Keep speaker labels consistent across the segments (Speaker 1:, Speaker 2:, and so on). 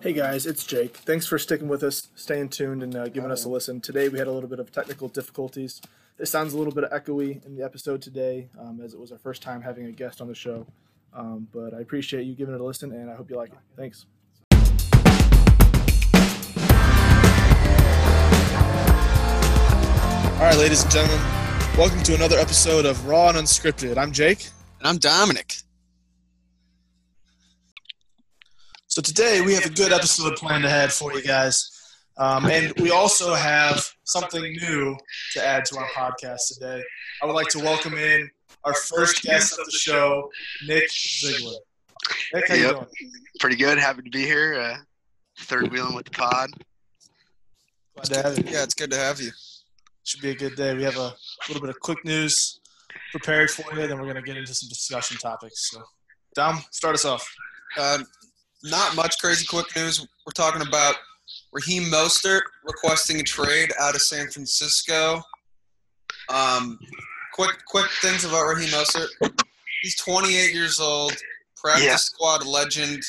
Speaker 1: Hey guys, it's Jake. Thanks for sticking with us, staying tuned, and uh, giving us a listen. Today we had a little bit of technical difficulties. It sounds a little bit echoey in the episode today, um, as it was our first time having a guest on the show. Um, but I appreciate you giving it a listen, and I hope you like it. Thanks. All right, ladies and gentlemen, welcome to another episode of Raw and Unscripted. I'm Jake.
Speaker 2: And I'm Dominic.
Speaker 1: So today we have a good episode planned ahead for you guys. Um, and we also have something new to add to our podcast today. I would like to welcome in our first guest of the show, Nick Ziegler. Nick, how you
Speaker 3: Yep.
Speaker 1: doing?
Speaker 3: pretty good. Happy to be here. Uh, third wheeling with the pod.
Speaker 1: Glad to have you.
Speaker 2: Yeah, it's good to have you.
Speaker 1: Should be a good day. We have a little bit of quick news prepared for you, then we're going to get into some discussion topics. So, Dom, start us off.
Speaker 2: Uh, not much crazy quick news. We're talking about Raheem Mostert requesting a trade out of San Francisco. Um, quick, quick things about Raheem Mostert. He's 28 years old, practice
Speaker 3: Yeah.
Speaker 2: squad legend.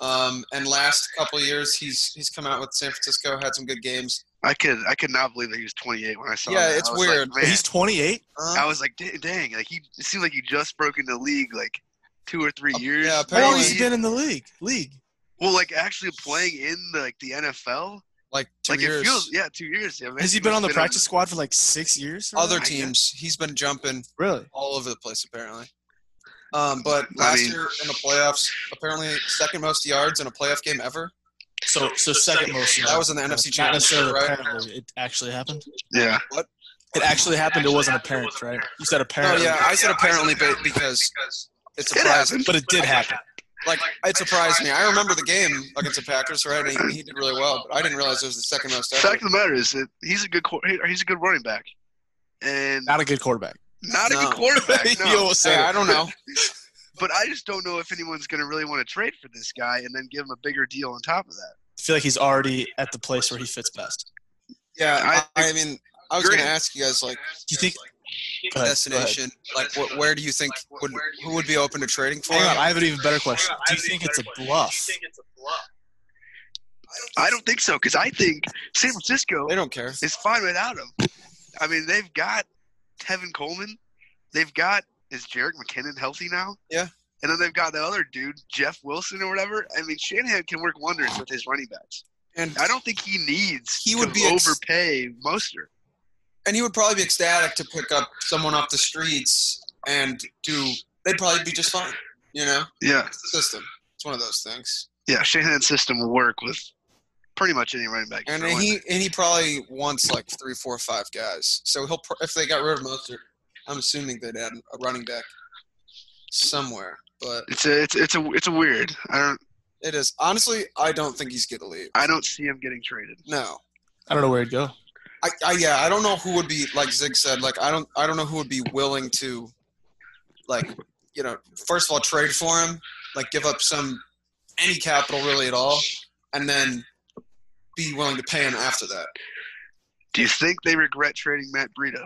Speaker 2: Um, and last couple of years, he's he's come out with San Francisco, had some good games.
Speaker 3: I could I could not believe that he was 28 when I saw.
Speaker 2: Yeah,
Speaker 3: that.
Speaker 2: it's
Speaker 3: I was
Speaker 2: weird.
Speaker 3: Like, man.
Speaker 1: 28?
Speaker 2: Um,
Speaker 3: I was like, "Da- dang, like he it seems like he just broke into the league like two or three years.
Speaker 2: yeah,
Speaker 1: How long
Speaker 2: apparently-
Speaker 1: has he been in the league? League.
Speaker 3: Well, like actually playing in the, like the NFL.
Speaker 2: like two
Speaker 3: like
Speaker 2: years.
Speaker 3: it feels yeah, two years. Yeah, man,
Speaker 1: Has he
Speaker 3: must
Speaker 1: been on the
Speaker 3: have
Speaker 1: practice squad for like six years? or
Speaker 2: Other
Speaker 1: something?
Speaker 2: teams, he's been jumping
Speaker 1: Really?
Speaker 2: all over the place apparently. Um, but last
Speaker 3: mean-
Speaker 2: year in the playoffs, apparently second most yards in a playoff game ever.
Speaker 1: So, so second most.
Speaker 2: That was in the NFC
Speaker 1: Not
Speaker 2: Championship,
Speaker 1: necessarily
Speaker 2: right?
Speaker 1: apparently. It actually happened.
Speaker 3: Yeah,
Speaker 1: It actually happened. It wasn't apparent, right? You said
Speaker 2: No,
Speaker 1: apparent.
Speaker 2: yeah, I said apparently ba- because it
Speaker 3: it
Speaker 2: surprised me.
Speaker 3: happened.
Speaker 1: But it did happen.
Speaker 2: Like it surprised me. I remember the game against the Packers, right? And he, he did really well, but I didn't realize it was the second most ever.
Speaker 3: Fact of the matter is that he's a good quar- he's a good running back, and not,
Speaker 1: Not a good quarterback.
Speaker 3: a
Speaker 2: No.
Speaker 3: good quarterback. No.
Speaker 1: you almost
Speaker 2: Hey,
Speaker 1: said
Speaker 2: I don't know.
Speaker 3: But I just don't know if anyone's going to really want to trade for this guy and then give him a bigger deal on top of that.
Speaker 1: I feel like he's already at the place where he fits best.
Speaker 2: Yeah,
Speaker 3: I-
Speaker 2: I, I mean, I was
Speaker 3: Agree.
Speaker 2: gonna ask you guys like
Speaker 1: Do you think? Go ahead, go ahead.
Speaker 2: destination, like what, where do you think would who would be open to trading for?
Speaker 1: Hang on,
Speaker 2: him?
Speaker 1: I have an even better question. Do you think it's a bluff?
Speaker 3: I don't think so because I think San Francisco
Speaker 2: They don't care.
Speaker 3: is fine without him. I mean, they've got Tevin Coleman. They've got is Jarek McKinnon healthy now?
Speaker 2: Yeah.
Speaker 3: And then they've got the other dude, Jeff Wilson or whatever. I mean, Shanahan can work wonders with his running backs.
Speaker 2: And
Speaker 3: I don't think he needs
Speaker 2: He
Speaker 3: to
Speaker 2: would be ex-
Speaker 3: overpay Mostert.
Speaker 2: and he would probably be ecstatic to pick up someone off the streets and do. They'd probably be just fine, you know.
Speaker 3: Yeah,
Speaker 2: It's the system. It's one of those things.
Speaker 3: yeah. Shanahan's system will work with pretty much any running back.
Speaker 2: And he and he probably wants like three, four, five guys. So he'll pr- if they got rid of Mostert, I'm assuming they'd add a running back somewhere. But
Speaker 3: it's a it's it's a it's a weird. I don't
Speaker 2: it is honestly, I don't think he's gonna leave.
Speaker 3: I don't see him getting traded.
Speaker 2: No,
Speaker 1: I don't know where he'd go.
Speaker 2: I, I yeah, I don't know who would be like Zig said. Like I don't I don't know who would be willing to, like you know, first of all trade for him, like give up some any capital really at all, and then be willing to pay him after that.
Speaker 3: Do you think they regret trading Matt Breida?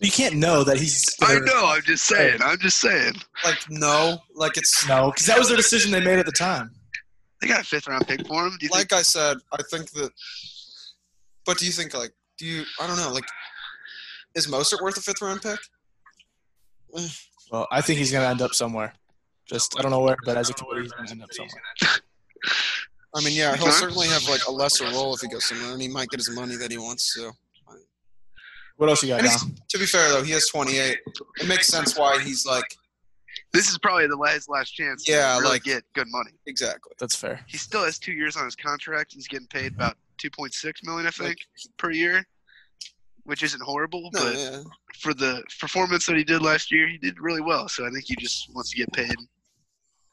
Speaker 1: You can't know that he's.
Speaker 3: I know. I'm just saying. I'm just saying.
Speaker 2: Like no, like it's
Speaker 1: No, because that was their decision they made at the time.
Speaker 3: They got a fifth round pick for him. Do you think
Speaker 2: like I said. I think that. But do you think like do you I don't know like is Mostert worth a fifth round pick?
Speaker 1: Well, I think he's going to end up somewhere. Just I don't know where, but as a committee, he's going to end up somewhere.
Speaker 2: I mean, yeah, he'll
Speaker 3: Huh?
Speaker 2: certainly have like a lesser role if he goes somewhere, and he might get his money that he wants to.
Speaker 1: What else you got?
Speaker 2: And he's-
Speaker 1: Dom?
Speaker 2: To be fair though, he is 28. It makes sense why he's like
Speaker 3: this is probably the last last chance? to
Speaker 2: Yeah,
Speaker 3: really
Speaker 2: like-
Speaker 3: get good money.
Speaker 2: exactly.
Speaker 1: That's fair.
Speaker 3: He still has two years on his contract. He's getting paid about two point six million, I think, per year, which isn't horrible.
Speaker 2: No,
Speaker 3: but
Speaker 2: yeah.
Speaker 3: for the performance that he did last year, he did really well. So I think he just wants to get paid.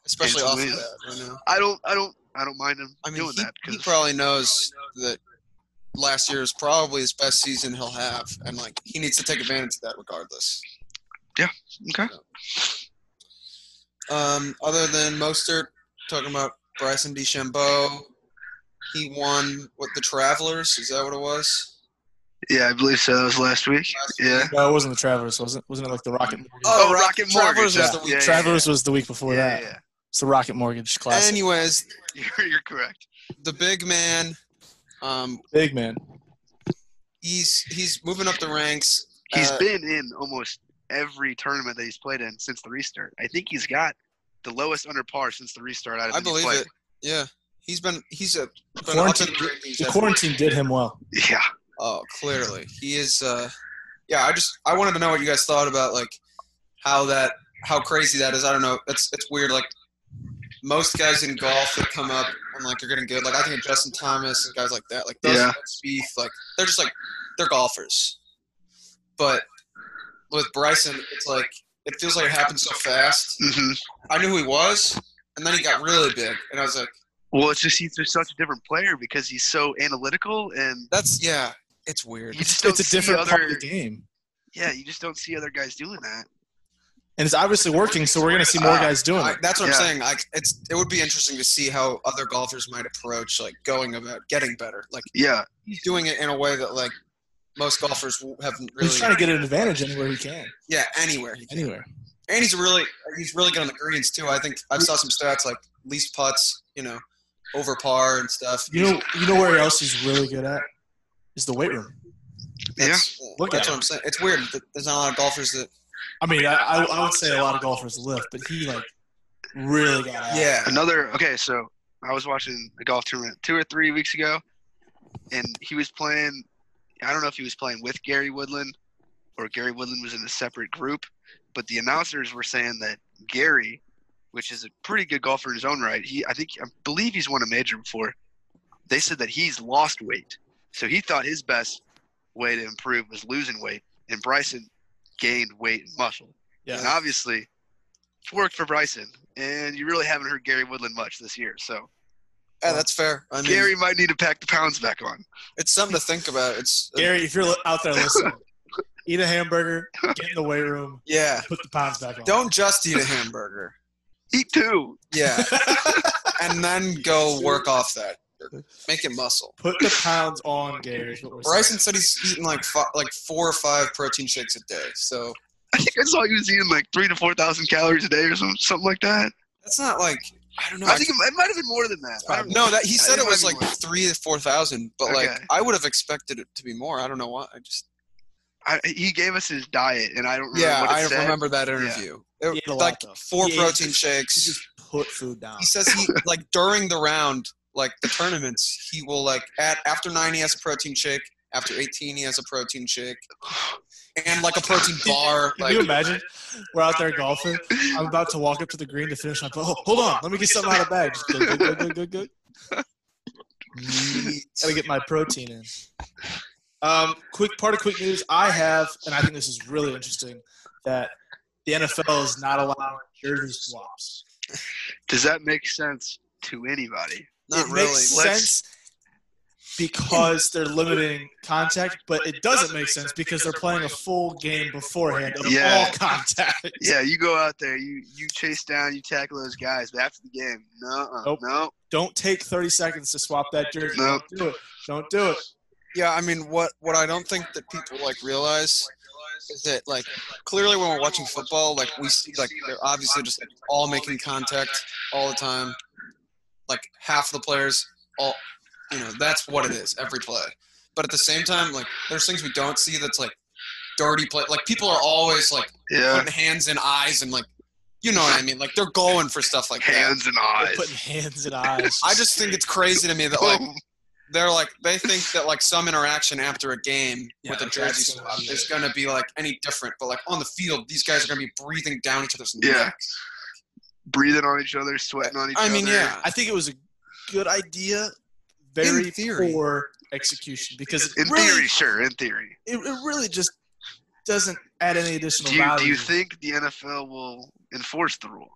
Speaker 2: especially
Speaker 3: It's
Speaker 2: off of
Speaker 3: weird.
Speaker 2: that. I know.
Speaker 3: I don't. I don't. I don't mind him
Speaker 2: I mean,
Speaker 3: doing
Speaker 2: he,
Speaker 3: that
Speaker 2: he
Speaker 3: because
Speaker 2: probably knows that last year is probably his best season he'll have, and like he needs to take advantage of that regardless.
Speaker 3: okay.
Speaker 2: Um, other than Mostert, talking about Bryson DeChambeau, he won what the Travelers? Is that what it was?
Speaker 3: Yeah, I believe so. That was last week.
Speaker 2: Last week.
Speaker 3: Yeah.
Speaker 1: No, it wasn't the Travelers, wasn't it? Wasn't it like the Rocket?
Speaker 3: Oh,
Speaker 2: Rock-
Speaker 3: Rocket
Speaker 2: Travelers was
Speaker 3: Mortgage. Yeah,
Speaker 2: the week.
Speaker 3: yeah, yeah,
Speaker 1: Travelers was the week before
Speaker 3: yeah,
Speaker 1: that.
Speaker 3: yeah.
Speaker 1: It's the Rocket Mortgage Classic.
Speaker 2: Anyways,
Speaker 3: You're, you're correct.
Speaker 2: the big man, um,
Speaker 1: Big man.
Speaker 2: he's he's moving up the ranks.
Speaker 3: He's
Speaker 2: Uh,
Speaker 3: been in almost every tournament that he's played in since the restart. I think he's got the lowest under par since the restart. Out of
Speaker 2: I
Speaker 3: anyone he's
Speaker 2: believe
Speaker 3: played.
Speaker 2: it. Yeah, he's been he's a been up in
Speaker 1: Quarantine,
Speaker 2: the rankings
Speaker 1: the
Speaker 2: every-
Speaker 1: quarantine did him well.
Speaker 3: Yeah.
Speaker 2: Oh, clearly he is. Uh, yeah, I just I wanted to know what you guys thought about like how that how crazy that is. I don't know. It's it's weird. Like most guys in golf that come up and like are getting good. Like I think of Justin Thomas and guys like that. Like those
Speaker 3: Yeah.
Speaker 2: Spieth. Like they're just like they're golfers. But with Bryson, it's like it feels like it happened so fast.
Speaker 3: hmm
Speaker 2: I knew who he was, and then he got really big, and I was like,
Speaker 3: Well, it's just he's just such a different player because he's so analytical and
Speaker 2: that's yeah, it's weird.
Speaker 3: you just don't
Speaker 1: It's a
Speaker 3: see
Speaker 1: different
Speaker 3: other.
Speaker 1: part of the game.
Speaker 3: Yeah, you just don't see other guys doing that.
Speaker 1: And it's obviously working, so we're going to see more
Speaker 2: Ah,
Speaker 1: guys doing
Speaker 2: I,
Speaker 1: it.
Speaker 2: that's what
Speaker 3: Yeah.
Speaker 2: I'm saying. Like, it's it would be interesting to see how other golfers might approach like going about getting better. Like
Speaker 3: Yeah,
Speaker 2: he's doing it in a way that like most golfers w- haven't really.
Speaker 1: He's trying to get an advantage anywhere he can.
Speaker 2: yeah, anywhere. he can.
Speaker 1: Anywhere.
Speaker 2: And he's really he's really good on the greens too. I think I saw some stats like least putts, you know, over par and stuff.
Speaker 1: You know, you know where else he's really good at is the weight room.
Speaker 2: that's,
Speaker 1: Look
Speaker 2: that's
Speaker 1: at
Speaker 2: what I'm saying. It's weird. that There's not a lot of golfers that.
Speaker 1: I mean, I, I, I would say a lot of golfers lift, but he like really got out.
Speaker 2: Yeah,
Speaker 3: another. Okay, so I was watching a golf tournament two or three weeks ago, and he was playing. I don't know if he was playing with Gary Woodland or Gary Woodland was in a separate group, but the announcers were saying that Gary, which is a pretty good golfer in his own right, he I think I believe he's won a major before. They said that he's lost weight, so he thought his best way to improve was losing weight, and Bryson gained weight and muscle.
Speaker 1: Yeah.
Speaker 3: And obviously, it's worked for Bryson, and you really haven't heard Gary Woodland much this year. So
Speaker 2: yeah, that's fair. I mean,
Speaker 3: Gary might need to pack the pounds back on.
Speaker 2: it's something to think about. It's
Speaker 1: Gary, if you're li- out there listening, eat a hamburger, get in the weight room,
Speaker 2: yeah.
Speaker 1: put the pounds back on.
Speaker 2: Don't just eat a hamburger.
Speaker 3: Eat two.
Speaker 2: Yeah. and then go work off that. Make it muscle.
Speaker 1: put the pounds on, Gary. is what we're saying.
Speaker 2: Bryson said he's eating like fi- like four or five protein shakes a day. So
Speaker 3: I think I saw he was eating like three to four thousand calories a day or something, something like that.
Speaker 2: that's not like I don't know.
Speaker 3: I think it, it might have been more than that. I don't know.
Speaker 2: no, that he said it was like
Speaker 3: Okay.
Speaker 2: three to four thousand, but like I would have expected it to be more. I don't know why. I just
Speaker 3: I, he gave us his diet, and I don't remember
Speaker 2: yeah,
Speaker 3: what it
Speaker 2: I
Speaker 3: said.
Speaker 2: remember that interview. It-
Speaker 1: He ate a lot,
Speaker 2: like
Speaker 1: though.
Speaker 2: four
Speaker 1: He ate-
Speaker 2: protein
Speaker 1: You
Speaker 2: shakes.
Speaker 1: just put food down.
Speaker 2: He says he like during the round, like the tournaments, he will like at after nine he has a protein shake. After eighteen he has a protein shake, and like a protein bar.
Speaker 1: Can
Speaker 2: Like
Speaker 1: you imagine? We're out there golfing. I'm about to walk up to the green to finish my putt. Oh, hold on, let me get something out of the bag. Just go, go, go, go, go, go. Gotta get my protein in. Um, quick part of quick news I have, and I think this is really interesting that the NFL is not allowing jersey swaps.
Speaker 3: Does that make sense to anybody?
Speaker 2: Not
Speaker 1: it
Speaker 2: really.
Speaker 1: makes
Speaker 3: Let's-
Speaker 1: sense because they're limiting contact, but it doesn't make sense because they're playing a full game beforehand of
Speaker 3: Yeah.
Speaker 1: all contact.
Speaker 3: Yeah, you go out there, you you chase down, you tackle those guys, but after the game, no,
Speaker 1: Nope.
Speaker 3: no,
Speaker 1: Don't take 30 seconds to swap that jersey.
Speaker 3: Nope.
Speaker 1: Don't do it. Don't do it.
Speaker 2: Yeah, I mean, what what I don't think that people like realize is that like clearly when we're watching football, like we see like they're obviously just all making contact all the time. Like half the players, all you know, that's what it is every play. But at the same time, like there's things we don't see that's like dirty play. Like people are always like
Speaker 3: yeah,
Speaker 2: putting hands in eyes and like, you know what I mean? Like they're going for stuff like that.
Speaker 3: hands and
Speaker 1: They're
Speaker 3: eyes. Oh
Speaker 1: putting hands and eyes.
Speaker 2: I just think it's crazy to me that like
Speaker 3: Boom.
Speaker 2: they're like they think that like some interaction after a game
Speaker 1: Yeah,
Speaker 2: with a
Speaker 1: that's
Speaker 2: jersey
Speaker 1: gonna
Speaker 2: swap
Speaker 1: be
Speaker 2: is
Speaker 1: it.
Speaker 2: going to be like any different, but like on the field, these guys are going to be breathing down each other's
Speaker 3: Yeah.
Speaker 2: necks.
Speaker 3: breathing on each other, sweating on each
Speaker 2: I
Speaker 3: other.
Speaker 2: mean, yeah,
Speaker 1: I think it was a good idea. Very
Speaker 2: In theory.
Speaker 1: poor execution because
Speaker 3: In
Speaker 1: it really,
Speaker 3: theory, sure. In theory.
Speaker 1: it, it really just doesn't add any additional
Speaker 3: Do you,
Speaker 1: value.
Speaker 3: do you think the NFL will enforce the rule?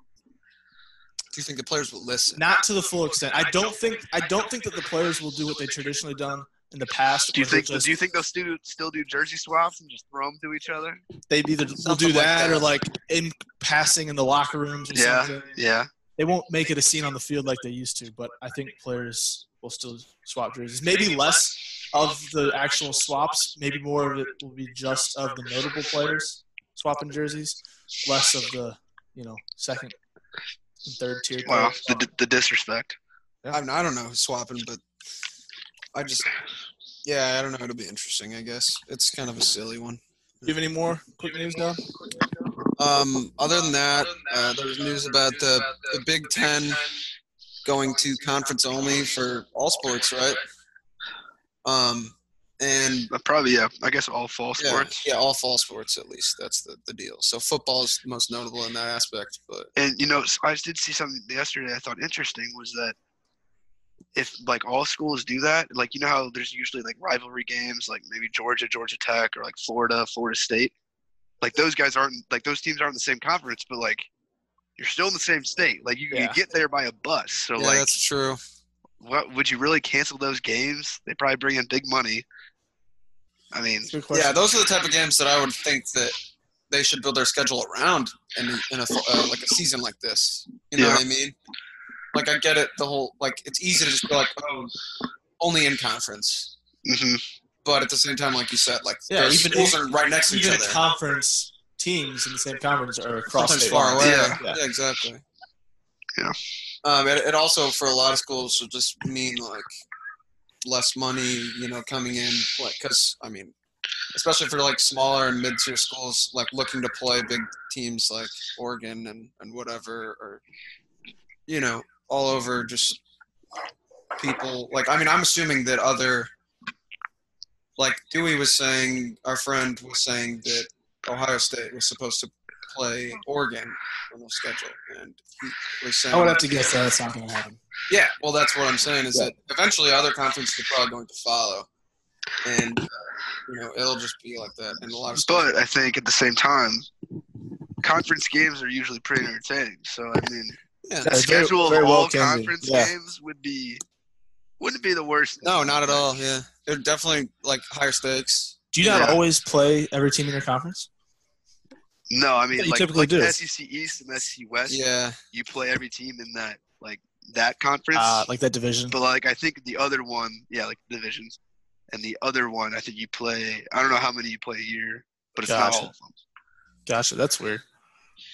Speaker 2: Do you think the players will listen?
Speaker 1: not to the full extent. I don't think I don't think that the players will do what they traditionally done in the past.
Speaker 3: Do you
Speaker 1: where they'll
Speaker 3: think
Speaker 1: just-
Speaker 3: Do you think they'll still still do jersey swaps and just throw them to each other?
Speaker 1: they either will
Speaker 2: Something
Speaker 1: do
Speaker 2: like
Speaker 1: that,
Speaker 2: that.
Speaker 1: or like in passing in the locker rooms or
Speaker 3: Yeah.
Speaker 1: something?
Speaker 3: Yeah.
Speaker 1: They won't make it a scene on the field like they used to, but I think players will still swap jerseys. Maybe less of the actual swaps. Maybe more of it will be just of the notable players swapping jerseys, less of the you know second third tier.
Speaker 3: Wow,
Speaker 1: players.
Speaker 3: the, the disrespect.
Speaker 2: I, mean, I don't know who's swapping, but I just, yeah, I don't know. It'll be interesting, I guess. It's kind of a silly one.
Speaker 1: Do you have any more quick news now?
Speaker 2: Um, other than that, uh, there was news about the, the Big Ten going to conference only for all sports, right? Um, and
Speaker 3: Uh, Probably, yeah. I guess all fall
Speaker 2: yeah,
Speaker 3: sports.
Speaker 2: yeah, all fall sports at least. That's the, the deal. So football is the most notable in that aspect, but
Speaker 3: And you know, s- I did see something yesterday. I thought interesting was that if like all schools do that, like you know how there's usually like rivalry games, like maybe Georgia, Georgia Tech, or like Florida, Florida State. Like those guys aren't like those teams aren't in the same conference, but like you're still in the same state. Like you, you
Speaker 2: Yeah.
Speaker 3: get there by a bus. So
Speaker 2: yeah,
Speaker 3: like,
Speaker 2: that's true.
Speaker 3: what would you really cancel those games? They probably bring in big money. I mean,
Speaker 1: Good
Speaker 2: Yeah,
Speaker 1: question.
Speaker 2: those are the type of games that I would think that they should build their schedule around in, in a uh, like a season like this. You know what I mean? Like I get it. The whole like it's easy to just be like, oh, only in conference.
Speaker 3: hmm
Speaker 2: But at the same time, like you said, like
Speaker 1: Yeah,
Speaker 2: their
Speaker 1: even
Speaker 2: schools
Speaker 1: if-
Speaker 2: are right next to each
Speaker 1: even
Speaker 2: other.
Speaker 1: the conference teams in the same conference are across
Speaker 2: Sometimes
Speaker 1: state
Speaker 2: far
Speaker 1: lines.
Speaker 2: away.
Speaker 3: Yeah.
Speaker 2: Yeah, exactly.
Speaker 3: Yeah.
Speaker 2: Um, it, it also for a lot of schools will just mean like less money, you know, coming in. Like, cause I mean, especially for like smaller and mid-tier schools, like looking to play big teams like Oregon and and whatever, or you know, all over just people. Like, I mean, I'm assuming that other. Like Dewey was saying, our friend was saying that Ohio State was supposed to play Oregon on the schedule, and he was saying
Speaker 1: I would have to guess Oh, that that's not going to happen.
Speaker 2: yeah, well, that's what I'm saying is
Speaker 1: Yeah.
Speaker 2: that eventually other conferences are probably going to follow, and uh, you know it'll just be like that in a lot of schools.
Speaker 3: But I think at the same time, conference games are usually pretty entertaining. So I mean,
Speaker 2: Yeah.
Speaker 3: the
Speaker 1: Yeah, very-
Speaker 3: schedule
Speaker 1: very
Speaker 3: of
Speaker 1: well
Speaker 3: all
Speaker 1: can be,
Speaker 3: conference
Speaker 1: yeah.
Speaker 3: games would be wouldn't be the worst. thing.
Speaker 2: No, not at all. Yeah, they're definitely like higher stakes.
Speaker 1: Do you not
Speaker 3: Yeah.
Speaker 1: always play every team in your conference?
Speaker 3: No, I mean
Speaker 1: Yeah, you
Speaker 3: like,
Speaker 1: typically
Speaker 3: like
Speaker 1: do.
Speaker 3: SEC East and SEC West.
Speaker 2: Yeah,
Speaker 3: You play every team in that like that conference.
Speaker 1: Uh, like that division?
Speaker 3: but like I think the other one, yeah, like divisions, and the other one, I think you play. I don't know how many you play a year, but it's
Speaker 1: Gotcha.
Speaker 3: not all of them.
Speaker 1: Gotcha, that's weird.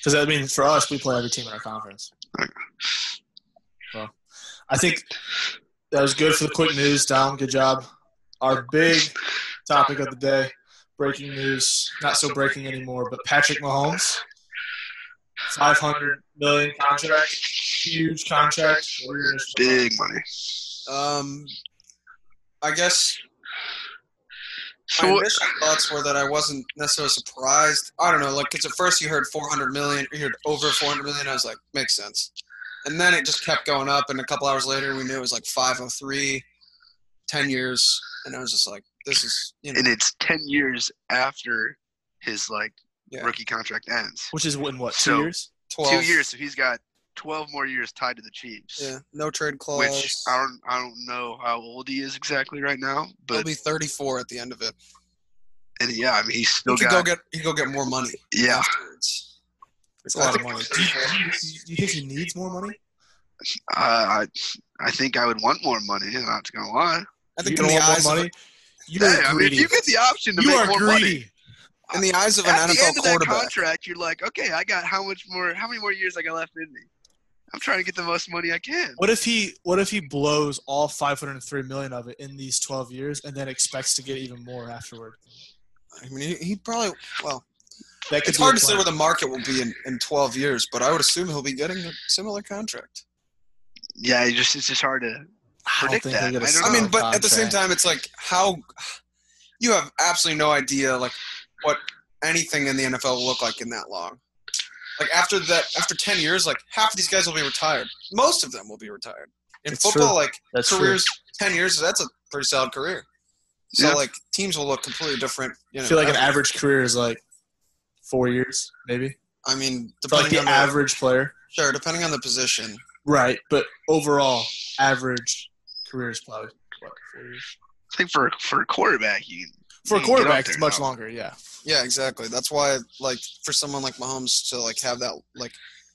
Speaker 1: Because I mean, for us, we play every team in our conference.
Speaker 3: Okay.
Speaker 1: Well, I think that was good for the quick news, Dom. Good job. Our big topic of the day, breaking news. Not so breaking anymore, but Patrick Mahomes, five hundred million contract, huge contract. What are your initials on that?
Speaker 3: Big money.
Speaker 2: um, I guess my
Speaker 3: So
Speaker 2: initial thoughts were that I wasn't necessarily surprised. I don't know, like because at first you heard 400 million, you heard over 400 million. I was like, makes sense. And then it just kept going up, and a couple hours later, we knew it was like 503, 10 years, and I was just like, this is you know,
Speaker 3: and it's ten years after his like
Speaker 2: Yeah.
Speaker 3: rookie contract ends.
Speaker 1: Which is in what two
Speaker 3: So-
Speaker 1: years?
Speaker 2: 12
Speaker 3: Two years, so he's got twelve more years tied to the Chiefs.
Speaker 2: Yeah, no trade clause.
Speaker 3: Which I don't, I don't know how old he is exactly right now,
Speaker 2: He'll
Speaker 3: but
Speaker 2: be 34 at the end of it.
Speaker 3: and yeah, I mean he's
Speaker 2: He
Speaker 3: still
Speaker 2: could
Speaker 3: got
Speaker 2: go get he could go get more money.
Speaker 3: yeah.
Speaker 2: afterwards. It's a lot of money.
Speaker 1: Do you, do you- do you think he needs more money?
Speaker 3: Uh, I I think I would want more money. Not gonna lie.
Speaker 2: I think
Speaker 1: you don't
Speaker 2: in the
Speaker 1: want
Speaker 2: eyes
Speaker 1: more
Speaker 2: of,
Speaker 1: money. You
Speaker 3: Hey,
Speaker 1: are
Speaker 3: I mean, if
Speaker 1: greedy.
Speaker 3: you get the option to
Speaker 1: You
Speaker 3: make
Speaker 1: are
Speaker 3: more money.
Speaker 1: greedy.
Speaker 2: in the eyes of an
Speaker 3: At
Speaker 2: NFL
Speaker 3: the end of that
Speaker 2: quarterback.
Speaker 3: contract, you're like, okay, I got how much more? How many more years I got left in me? I'm trying to get the most money I can.
Speaker 1: What if he what if he blows all 503 million of it in these 12 years and then expects to get even more afterward?
Speaker 2: I mean, he, he probably well.
Speaker 1: That could
Speaker 2: It's
Speaker 1: be
Speaker 2: hard
Speaker 1: a
Speaker 2: to say
Speaker 1: plan.
Speaker 2: where the market will be in, in 12 years, but I would assume he'll be getting a similar contract.
Speaker 3: Yeah, you just it's just hard to.
Speaker 1: I don't
Speaker 3: predict
Speaker 1: think
Speaker 3: that.
Speaker 1: they'll get a
Speaker 3: I don't
Speaker 2: I
Speaker 1: solid
Speaker 2: mean, but at the
Speaker 1: Oh,
Speaker 2: same
Speaker 1: contract.
Speaker 2: time, it's like how you have absolutely no idea like what anything in the NFL will look like in that long. Like after that, after 10 years, like half of these guys will be retired. Most of them will be retired. In
Speaker 1: It's
Speaker 2: football,
Speaker 1: true.
Speaker 2: like
Speaker 1: That's true.
Speaker 2: careers, 10 years, that's a pretty solid career. So
Speaker 3: Yeah.
Speaker 2: like teams will look completely different. You
Speaker 1: I
Speaker 2: know,
Speaker 1: feel like an average career is like four years, maybe.
Speaker 2: I mean,
Speaker 1: For like
Speaker 2: depending
Speaker 1: the
Speaker 2: on the,
Speaker 1: average player.
Speaker 2: sure, depending on the position.
Speaker 1: Right. But overall, average career is probably what, four years?
Speaker 3: I think for for a quarterback, you
Speaker 1: For a
Speaker 3: Get up
Speaker 1: quarterback,
Speaker 3: there
Speaker 1: it's much
Speaker 3: now.
Speaker 1: longer, yeah.
Speaker 2: Yeah, exactly. That's why, like, for someone like Mahomes to like have that, like,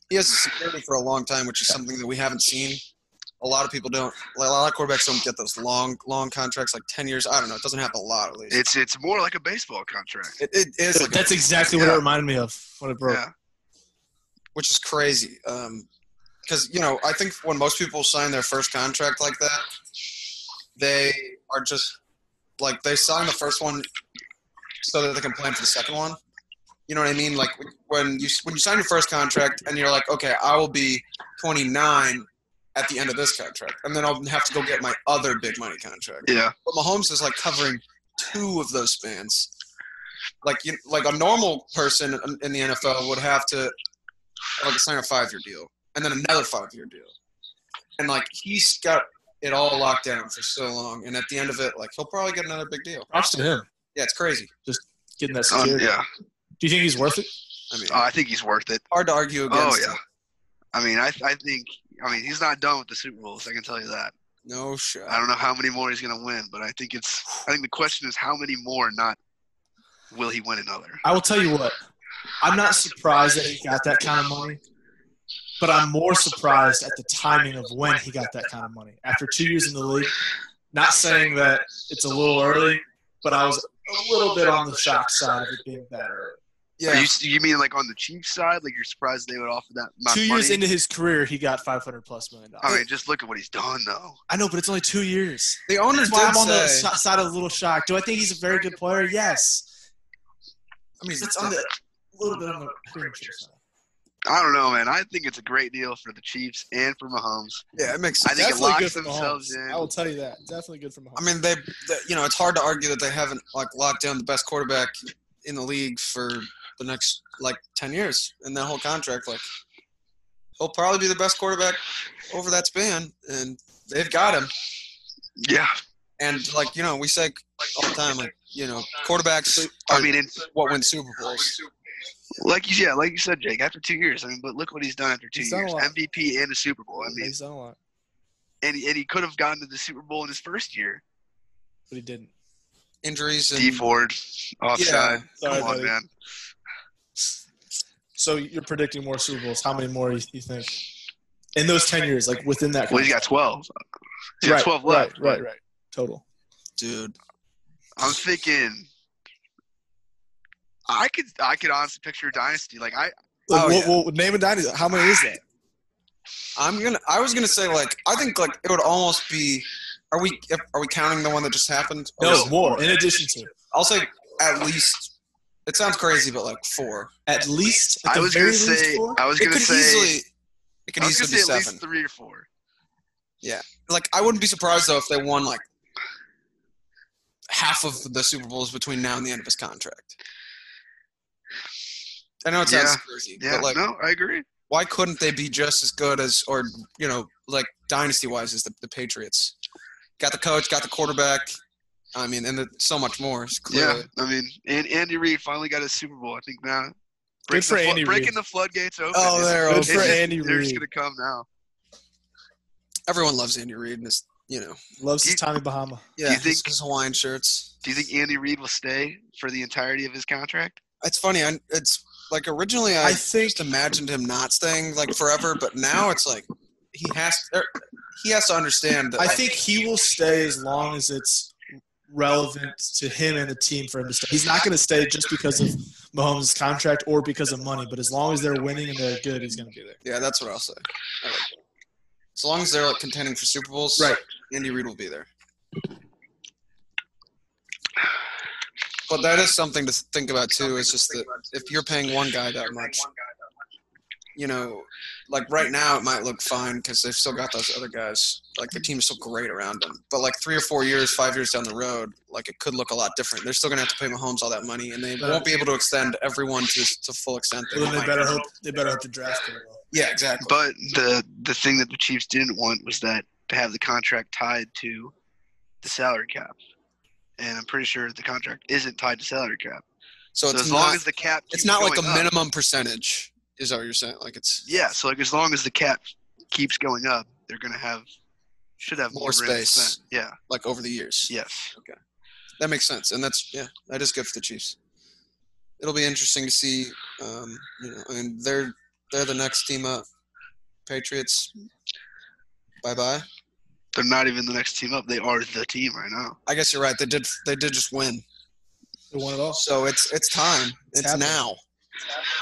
Speaker 2: he has security for a long time, which is something that we haven't seen. A lot of people don't. Like, a lot of quarterbacks don't get those long, long contracts, like ten years. I don't know. It doesn't happen a lot, at least.
Speaker 3: it's it's more like a baseball contract.
Speaker 2: it, it is, like,
Speaker 1: That's exactly what it
Speaker 3: Yeah.
Speaker 1: reminded me of when it broke.
Speaker 3: Yeah,
Speaker 2: which is crazy. Um, because you know I think when most people sign their first contract like that, they are just like they sign the first one so that they can plan for the second one. You know what I mean? Like when you when you sign your first contract and you're like, okay, I will be 29 at the end of this contract, and then I'll have to go get my other big money contract.
Speaker 3: Yeah.
Speaker 2: But Mahomes is like covering two of those spans. Like you, like a normal person in- in the NFL would have to like sign a five year deal and then another five year deal, and like he's got it all locked down for so long, and at the end of it, like he'll probably get another big deal.
Speaker 1: Props to him
Speaker 2: Yeah, it's crazy.
Speaker 1: getting that
Speaker 3: Oh,
Speaker 1: security.
Speaker 3: yeah.
Speaker 1: Do you think he's worth it?
Speaker 2: I mean,
Speaker 3: Oh, I think he's worth it.
Speaker 2: hard to argue
Speaker 3: Oh
Speaker 2: against.
Speaker 3: yeah.
Speaker 2: it.
Speaker 3: I mean, I I think I mean he's not done with the Super Bowls. I can tell you that.
Speaker 2: No shot.
Speaker 3: I don't know how many more he's gonna win, but I think it's I think the question is how many more, not will he win another.
Speaker 1: I will tell you what. I'm not surprised that he got that kind of money, but I'm more surprised at the timing of when he got that kind of money. After two years in the league, not saying that it's a little early, but I was a little bit on the shock side of it being that early.
Speaker 2: Yeah,
Speaker 3: Are you you mean like on the Chiefs side? Like you're surprised they would offer that amount
Speaker 1: Two
Speaker 3: of
Speaker 1: years
Speaker 3: money?
Speaker 1: into his career, he got 500 plus million dollars.
Speaker 3: I mean, just look at what he's done though.
Speaker 1: I know, but it's only two years.
Speaker 2: the owner
Speaker 1: That's
Speaker 2: did
Speaker 1: why I'm on the
Speaker 2: say.
Speaker 1: so- side of a little shock. Do I think he's a very good player? Yes.
Speaker 2: I mean,
Speaker 1: It's on the a little bit on the premature side.
Speaker 3: I don't know, man. I think it's a great deal for the Chiefs and for Mahomes.
Speaker 2: yeah, it makes.
Speaker 3: I
Speaker 2: Sense.
Speaker 3: think it
Speaker 1: Definitely
Speaker 3: locks
Speaker 1: good for
Speaker 3: themselves
Speaker 1: Mahomes.
Speaker 3: in.
Speaker 1: I will tell you that. Definitely good for Mahomes.
Speaker 2: I mean, they, they, you know, it's hard to argue that they haven't like locked down the best quarterback in the league for the next like ten years and that whole contract. Like, he'll probably be the best quarterback over that span, and they've got him.
Speaker 3: Yeah,
Speaker 2: And like, you know, we say all the time, like, you know, quarterbacks are
Speaker 3: I mean, and
Speaker 2: what win Super Bowls.
Speaker 3: like you, yeah, like you said, Jake. After two years, I mean, but look what he's done after two
Speaker 1: He's done a
Speaker 3: years:
Speaker 1: lot.
Speaker 3: MVP and a Super Bowl. I mean,
Speaker 1: he's done a lot,
Speaker 3: and he, and he could have gotten to the Super Bowl in his first year.
Speaker 1: but he didn't.
Speaker 2: Injuries
Speaker 3: D
Speaker 2: and
Speaker 3: Ford,
Speaker 2: yeah,
Speaker 3: offside.
Speaker 1: Sorry,
Speaker 3: Come on,
Speaker 1: buddy.
Speaker 3: man.
Speaker 1: So you're predicting more Super Bowls. How many more do you think? In those 10 years, like within that.
Speaker 3: Well, he's got twelve. He's got
Speaker 1: Right,
Speaker 3: twelve
Speaker 1: right,
Speaker 3: left.
Speaker 1: Right, right, Total.
Speaker 2: dude.
Speaker 3: I'm thinking. I could, I could honestly picture a dynasty. Like I,
Speaker 1: Like,
Speaker 2: Oh,
Speaker 1: we'll-
Speaker 2: yeah.
Speaker 1: we'll, name a dynasty. How many is that?
Speaker 2: I'm gonna. I was gonna say like, I think like it would almost be. Are we are we counting the one that just happened? Or is
Speaker 1: No,
Speaker 2: it-
Speaker 1: more. In addition to
Speaker 2: I'll say at least. It sounds crazy, but like four.
Speaker 1: at least. At
Speaker 3: I
Speaker 1: the
Speaker 3: was
Speaker 1: very
Speaker 3: gonna
Speaker 1: least
Speaker 3: say, uh,
Speaker 1: four?
Speaker 3: I was
Speaker 2: It
Speaker 3: gonna
Speaker 2: could
Speaker 3: say,
Speaker 2: easily. It could
Speaker 3: I was
Speaker 2: easily be
Speaker 3: gonna say at
Speaker 2: seven.
Speaker 3: least three or four.
Speaker 2: Like I wouldn't be surprised though if they won like half of the Super Bowls between now and the end of his contract. I know it sounds
Speaker 3: Yeah.
Speaker 2: crazy,
Speaker 3: Yeah,
Speaker 2: but like,
Speaker 3: no, I agree.
Speaker 2: why couldn't they be just as good as, or you know, like dynasty wise as the, the Patriots? Got the coach, got the quarterback. I mean, and the, so much more. it's
Speaker 3: Yeah,
Speaker 2: clearly.
Speaker 3: I mean, and Andy Reid finally got his Super Bowl. I think now breaking
Speaker 1: for
Speaker 3: the, flo-
Speaker 1: Andy Reid.
Speaker 3: breaking the floodgates open.
Speaker 2: Oh,
Speaker 3: It's-
Speaker 2: they're
Speaker 1: Good
Speaker 2: over.
Speaker 3: it's
Speaker 1: for
Speaker 3: just-
Speaker 1: Andy
Speaker 3: They're just
Speaker 1: Reid.
Speaker 3: gonna come now.
Speaker 2: Everyone loves Andy Reid, and it's you know,
Speaker 1: Loves
Speaker 3: You-
Speaker 1: his Tommy Bahama.
Speaker 2: yeah, his-
Speaker 3: think-
Speaker 2: his Hawaiian shirts.
Speaker 3: Do you think Andy Reid will stay for the entirety of his contract?
Speaker 2: It's funny. I, it's like originally I,
Speaker 1: I think
Speaker 2: just imagined him not staying like forever, but now it's like he has er, he has to understand that.
Speaker 1: I
Speaker 2: like,
Speaker 1: think he will stay as long as it's relevant to him and the team for him to stay. He's not going to stay just because of Mahomes' contract or because of money, but as long as they're winning and they're good, he's going to be there.
Speaker 2: yeah, that's what I'll say. I like that. As long as they're like contending for Super Bowls,
Speaker 1: Right.
Speaker 2: Andy Reid will be there. But that is something to think about too. Is just that if you're paying one guy that much, you know, like right now it might look fine because they've still got those other guys. Like the team is still great around them. But like three or four years, five years down the road, like it could look a lot different. They're still gonna have to pay Mahomes all that money, and they won't be able to extend everyone to to full extent. They
Speaker 1: Well, then they
Speaker 2: might.
Speaker 1: better hope they better hope the draft pretty well.
Speaker 2: Yeah, exactly.
Speaker 3: But the the thing that the Chiefs didn't want was that to have the contract tied to the salary cap, and I'm pretty sure the contract isn't tied to salary cap.
Speaker 2: so
Speaker 3: So
Speaker 2: it's
Speaker 3: as
Speaker 2: not,
Speaker 3: long as the cap,
Speaker 2: it's
Speaker 3: keeps
Speaker 2: not like a
Speaker 3: going up-
Speaker 2: minimum percentage. Is that what you're saying? Like it's
Speaker 3: Yeah, so like as long as the cap keeps going up, they're gonna have should have more,
Speaker 2: More
Speaker 3: room to
Speaker 2: space.
Speaker 3: spend. Yeah.
Speaker 2: like over the years.
Speaker 3: Yes.
Speaker 2: That makes sense, and that's yeah, that is good for the Chiefs. It'll be interesting to see. Um, you know, I mean, they're they're the next team up. Patriots. Bye bye.
Speaker 3: They're not even the next team up. They are the team right now.
Speaker 2: I guess you're right. They did they did just win,
Speaker 1: They won it all.
Speaker 2: so it's it's time. It's,
Speaker 1: happening.
Speaker 2: now.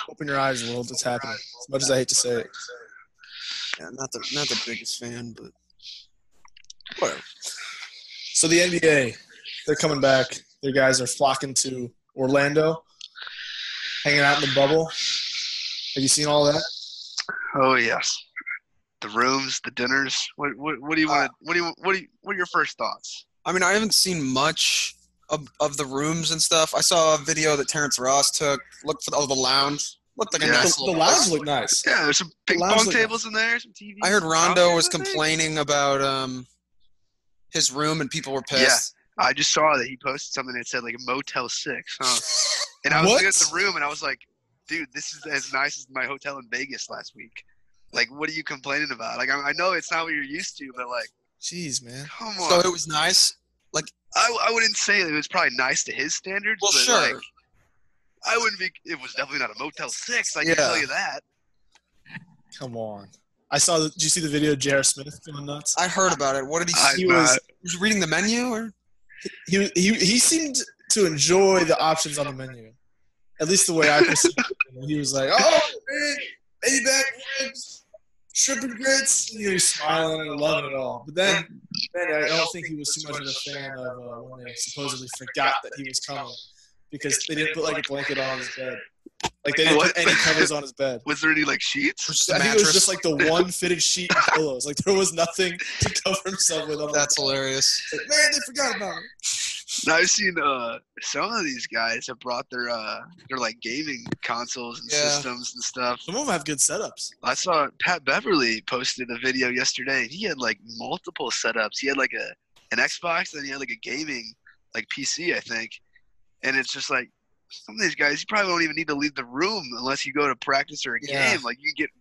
Speaker 1: Open your eyes, world. It's happening. As much as I hate to say it,
Speaker 2: Yeah, not the not the biggest fan, but whatever.
Speaker 1: So the NBA, they're coming back. Their guys are flocking to Orlando, hanging out in the bubble. Have you seen all that?
Speaker 3: Oh yes, the rooms, the dinners. What what, what do you
Speaker 2: Uh,
Speaker 3: want? what do you what do you, what are your first thoughts?
Speaker 2: I mean, I haven't seen much of, of the rooms and stuff. I saw a video that Terrence Ross took. Looked for the, oh, the lounge. Looked like a
Speaker 3: Yeah.
Speaker 2: nice
Speaker 1: The
Speaker 2: little
Speaker 1: lounge look nice.
Speaker 3: Yeah, there's some ping
Speaker 1: Lounge
Speaker 3: pong
Speaker 1: look-
Speaker 3: tables in there, some TVs.
Speaker 2: I heard Rondo
Speaker 3: couches,
Speaker 2: was
Speaker 3: I think.
Speaker 2: complaining about um his room and people were
Speaker 3: Yeah.
Speaker 2: pissed.
Speaker 3: I just saw that he posted something that said like Motel Six, huh? And I was
Speaker 1: What?
Speaker 3: looking at the room and I was like, dude, this is as nice as my hotel in Vegas last week. Like, what are you complaining about? Like, I, I know it's not what you're used to, but like,
Speaker 1: Jeez, man.
Speaker 3: come on.
Speaker 2: So it was nice.
Speaker 3: I, I wouldn't say it was probably nice to his standards.
Speaker 2: Well,
Speaker 3: but
Speaker 2: sure.
Speaker 3: Like, I wouldn't be. It was definitely not a Motel Six. I can
Speaker 2: Yeah.
Speaker 3: tell you that.
Speaker 1: Come on. I saw. The, did you see the video? of J.R. Smith going nuts.
Speaker 2: I heard about it. What did he
Speaker 3: I-
Speaker 2: see?
Speaker 1: He was.
Speaker 2: Was he reading the menu or
Speaker 1: He he he seemed to enjoy the options on the menu. At least the way I perceived it. He was like, "Oh man, baby back ribs, shrimp and grits." And he was smiling and loving it all. But then, then I don't think he was too much of a fan of uh, when they supposedly forgot that he was coming because they didn't put like a blanket on his bed. Like they didn't put
Speaker 3: What?
Speaker 1: any covers on his bed.
Speaker 3: Was there any like sheets?
Speaker 2: was just a
Speaker 1: I think it was
Speaker 2: mattress?
Speaker 1: just like the one fitted sheet and pillows. Like there was nothing to cover himself with. on
Speaker 2: That's hilarious.
Speaker 1: like, man, they forgot about it.
Speaker 3: Now, I've seen uh, some of these guys have brought their uh, their like gaming consoles and
Speaker 2: Yeah.
Speaker 3: systems and stuff.
Speaker 1: Some of them have good setups.
Speaker 3: I saw Pat Beverly posted a video yesterday. and He had like multiple setups. He had like a an Xbox, then he had like a gaming like PC, I think. And it's just like some of these guys, you probably don't even need to leave the room unless you go to practice or a
Speaker 2: Yeah.
Speaker 3: game. Like you get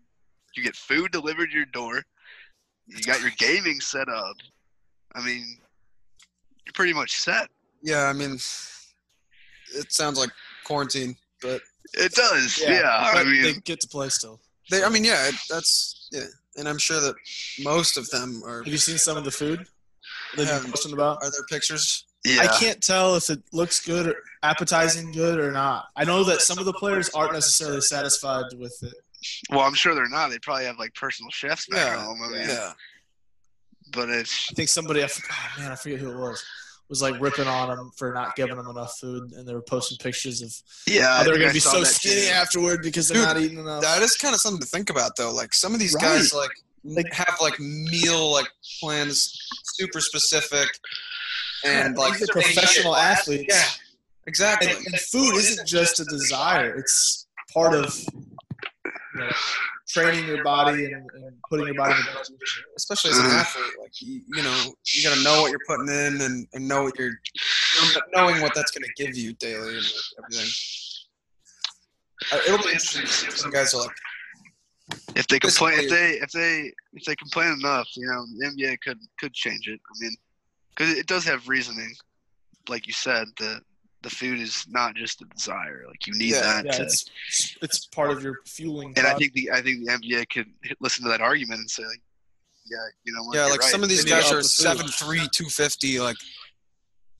Speaker 3: you get food delivered to your door. You got your gaming set up. I mean, you're pretty much set.
Speaker 2: Yeah, I mean it sounds like quarantine, but
Speaker 3: It does, yeah. I
Speaker 1: but
Speaker 3: mean,
Speaker 1: they get to play still.
Speaker 2: they I mean yeah, it, that's yeah. And I'm sure that most of them are
Speaker 1: Have you seen some of the food that
Speaker 2: Yeah.
Speaker 1: you're posting about?
Speaker 2: are there pictures?
Speaker 3: Um, yeah.
Speaker 1: I can't tell if it looks good or appetizing good or not. I know that some of the players aren't necessarily satisfied with it.
Speaker 3: well, I'm sure they're not. They probably have like personal chefs back
Speaker 2: Yeah,
Speaker 3: home. I mean,
Speaker 2: Yeah.
Speaker 3: but it's
Speaker 1: I think somebody, I forgot, oh, man, I forget who it was, was like ripping on them for not giving them enough food, and they were posting pictures of
Speaker 3: yeah. I
Speaker 1: how Oh, they're
Speaker 3: think
Speaker 1: going
Speaker 3: I
Speaker 1: to be
Speaker 3: saw
Speaker 1: so
Speaker 3: that
Speaker 1: skinny
Speaker 3: too.
Speaker 1: afterward because they're
Speaker 2: Dude,
Speaker 1: not eating enough.
Speaker 2: That is kind of something to think about, though. Like some of these
Speaker 1: Right.
Speaker 2: guys, like, n-
Speaker 1: Like-
Speaker 2: have like meal like plans, super specific, and
Speaker 1: Yeah,
Speaker 2: like
Speaker 1: these are professional athletes.
Speaker 2: Yeah, exactly.
Speaker 1: and, and food isn't just a desire; it's part of you know, training your body and, and putting your body in the best position.
Speaker 2: Especially as an
Speaker 3: Mhm.
Speaker 2: athlete, like you, you know, you gotta know what you're putting in and, and know what you're knowing what that's gonna give you daily and everything. Uh, it'll be interesting to see if some guys are like,
Speaker 3: If they
Speaker 2: It's
Speaker 3: complain, if
Speaker 2: weird.
Speaker 3: they if they if they complain enough, you know, the NBA could could change it. I mean, because it does have reasoning, like you said, the the food is not just a desire. Like you need
Speaker 2: Yeah,
Speaker 3: that.
Speaker 1: Yeah,
Speaker 3: to,
Speaker 1: it's it's part of your fueling.
Speaker 3: and I
Speaker 1: process.
Speaker 3: think the I think the NBA could hit- listen to that argument and say, like, yeah, you know, what,
Speaker 2: yeah,
Speaker 3: you're
Speaker 2: like
Speaker 3: right.
Speaker 2: some of these
Speaker 1: They need
Speaker 2: guys
Speaker 1: to
Speaker 2: are
Speaker 1: up the food.
Speaker 2: seven three, two fifty. Like,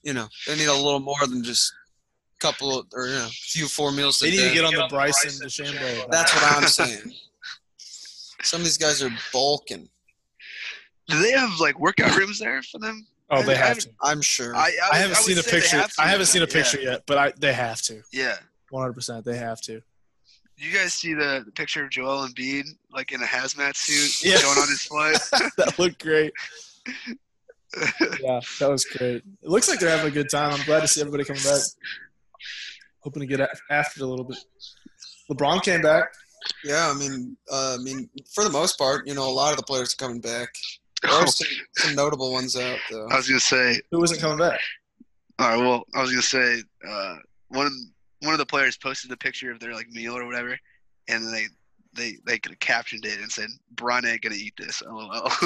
Speaker 2: you know, they need a little more than just a couple or you know, a few four meals. a
Speaker 1: they need
Speaker 2: day.
Speaker 1: to get on the Bryson DeChambeau.
Speaker 2: That's what I'm saying. Some of these guys are bulking.
Speaker 3: Do they have like workout rooms there for them?
Speaker 1: oh, they
Speaker 3: I
Speaker 1: have
Speaker 3: haven't-
Speaker 1: to.
Speaker 2: I'm sure.
Speaker 3: I, I,
Speaker 1: I haven't
Speaker 3: would
Speaker 1: seen a
Speaker 3: say they
Speaker 1: picture.
Speaker 3: have to
Speaker 1: I
Speaker 3: do
Speaker 1: haven't seen a
Speaker 3: that, yeah.
Speaker 1: picture yet, but I they have to.
Speaker 3: Yeah.
Speaker 1: 100. percent They have to.
Speaker 3: You guys see the, the picture of Joel Embiid like in a hazmat suit
Speaker 1: Yeah.
Speaker 3: going on his flight?
Speaker 1: that looked great. Yeah, that was great. It looks like they're having a good time. I'm glad to see everybody coming back. Hoping to get a- after it a little bit. LeBron came back.
Speaker 2: yeah, I mean, uh, I mean, for the most part, you know, a lot of the players are coming back. There
Speaker 1: Oh.
Speaker 2: are some, some notable ones out though.
Speaker 3: I was gonna say.
Speaker 1: Who wasn't coming back?
Speaker 3: All right. Well, I was gonna say uh, one of one of the players posted a picture of their like meal or whatever, and then they they they could have captioned it and said, "Bron ain't gonna eat this." LOL. I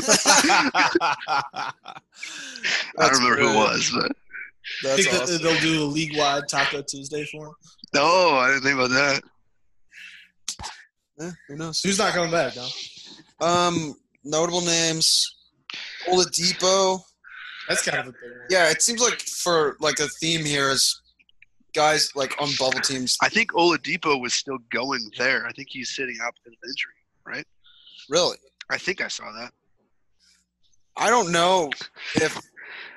Speaker 3: don't
Speaker 2: That's
Speaker 3: remember who
Speaker 2: good.
Speaker 3: it was, but
Speaker 2: That's
Speaker 1: think
Speaker 2: awesome.
Speaker 1: that they'll do a league-wide Taco Tuesday for him.
Speaker 3: oh, I didn't think about that.
Speaker 2: Yeah, who knows?
Speaker 1: Who's not coming back? No,
Speaker 2: Um, notable names: Oladipo.
Speaker 1: that's kind of a big one.
Speaker 2: Yeah, it seems like for like the theme here is guys like on bubble teams.
Speaker 3: I think Oladipo was still going there. I think he's sitting out because of injury.
Speaker 2: Really,
Speaker 3: I think I saw that.
Speaker 2: I don't know if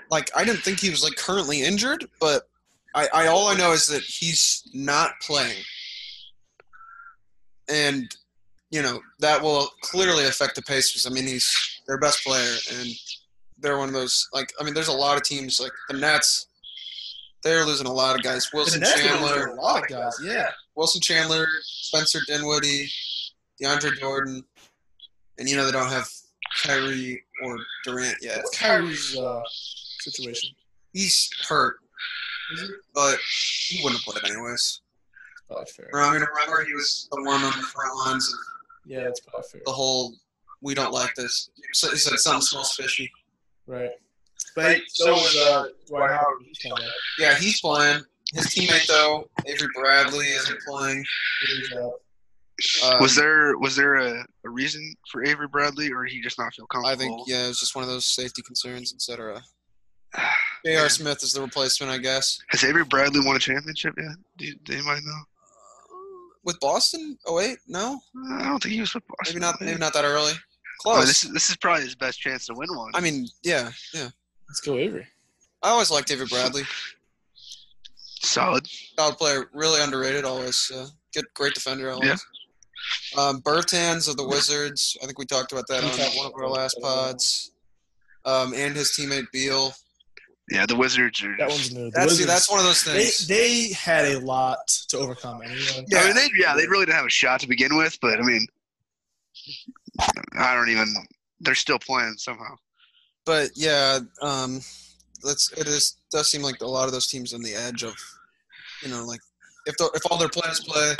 Speaker 2: like I didn't think he was like currently injured, but I, I all I know is that he's not playing. And you know, that will clearly affect the Pacers. I mean, he's their best player and they're one of those like I mean, there's a lot of teams like the Nets they're losing a lot of guys. Wilson
Speaker 1: Nets are
Speaker 2: Chandler,
Speaker 1: losing a lot of guys, yeah.
Speaker 2: Wilson Chandler, Spencer Dinwiddie, DeAndre Jordan, and you know they don't have Kyrie or Durant yet.
Speaker 1: What's Kyrie's uh, situation?
Speaker 2: He's hurt,
Speaker 1: Is it?
Speaker 2: but he wouldn't have played anyways.
Speaker 1: Probably fair.
Speaker 2: I mean, remember he was the one on the front lines of
Speaker 1: Yeah, that's probably fair.
Speaker 2: the whole "we don't like this." So he said something smells fishy.
Speaker 1: Right. But so was uh, Dwight Howard. He's kind of
Speaker 2: Yeah, he's playing. His teammate though, Avery Bradley, isn't playing.
Speaker 1: he's, uh,
Speaker 2: Um,
Speaker 3: was there was there a, a reason for Avery Bradley, or he just not feel comfortable?
Speaker 2: I think yeah, it was just one of those safety concerns, etc.
Speaker 3: yeah.
Speaker 2: J.R. Smith is the replacement, I guess.
Speaker 3: Has Avery Bradley won a championship yet? Do, you- do anybody know?
Speaker 2: With Boston? Oh wait, no,
Speaker 3: Uh, I don't think he was with
Speaker 2: maybe
Speaker 3: Boston.
Speaker 2: not. Maybe not that early.
Speaker 3: Oh,
Speaker 2: Close.
Speaker 3: this is this is probably his best chance to win one.
Speaker 2: I mean, yeah, yeah.
Speaker 1: let's go Avery.
Speaker 2: I always liked David Bradley.
Speaker 3: solid.
Speaker 2: Solid player, really underrated. Always uh, good, great defender. Always.
Speaker 3: Yeah.
Speaker 2: Um, Bertans of the Wizards. I think we talked about that
Speaker 1: We
Speaker 2: on
Speaker 1: talked
Speaker 2: one of our
Speaker 1: about
Speaker 2: last
Speaker 1: that.
Speaker 2: pods. Um, and his teammate Beal.
Speaker 3: Yeah, the Wizards are.
Speaker 1: That
Speaker 3: just-
Speaker 1: one's new. The
Speaker 2: That's see,
Speaker 1: Wizards-
Speaker 2: that's one of those
Speaker 1: they,
Speaker 2: things.
Speaker 1: they had a lot to overcome anyway.
Speaker 3: I mean, they yeah, they really didn't have a shot to begin with, but I mean, I don't even. They're still playing somehow.
Speaker 2: but yeah, um, that's it is does seem like a lot of those teams on the edge of, you know, like if the, if all their players play,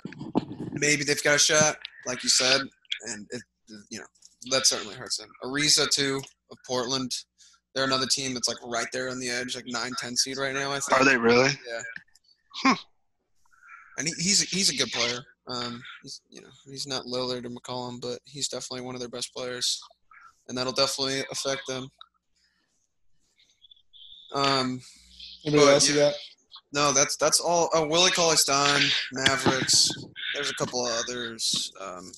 Speaker 2: maybe they've got a shot, like you said, and it you know that certainly hurts them. Ariza too of Portland, they're another team that's like right there on the edge, like 9, 10 seed right now. I think,
Speaker 3: Are they really?
Speaker 2: and he, he's he's a good player. Um, he's, you know, he's not Lillard or McCollum, but he's definitely one of their best players, and that'll definitely affect them. Um,
Speaker 1: Anybody
Speaker 2: But,
Speaker 1: else you got?
Speaker 2: No, that's that's all. Oh, Willie Cauley Stein, Mavericks. There's a couple of others. Um,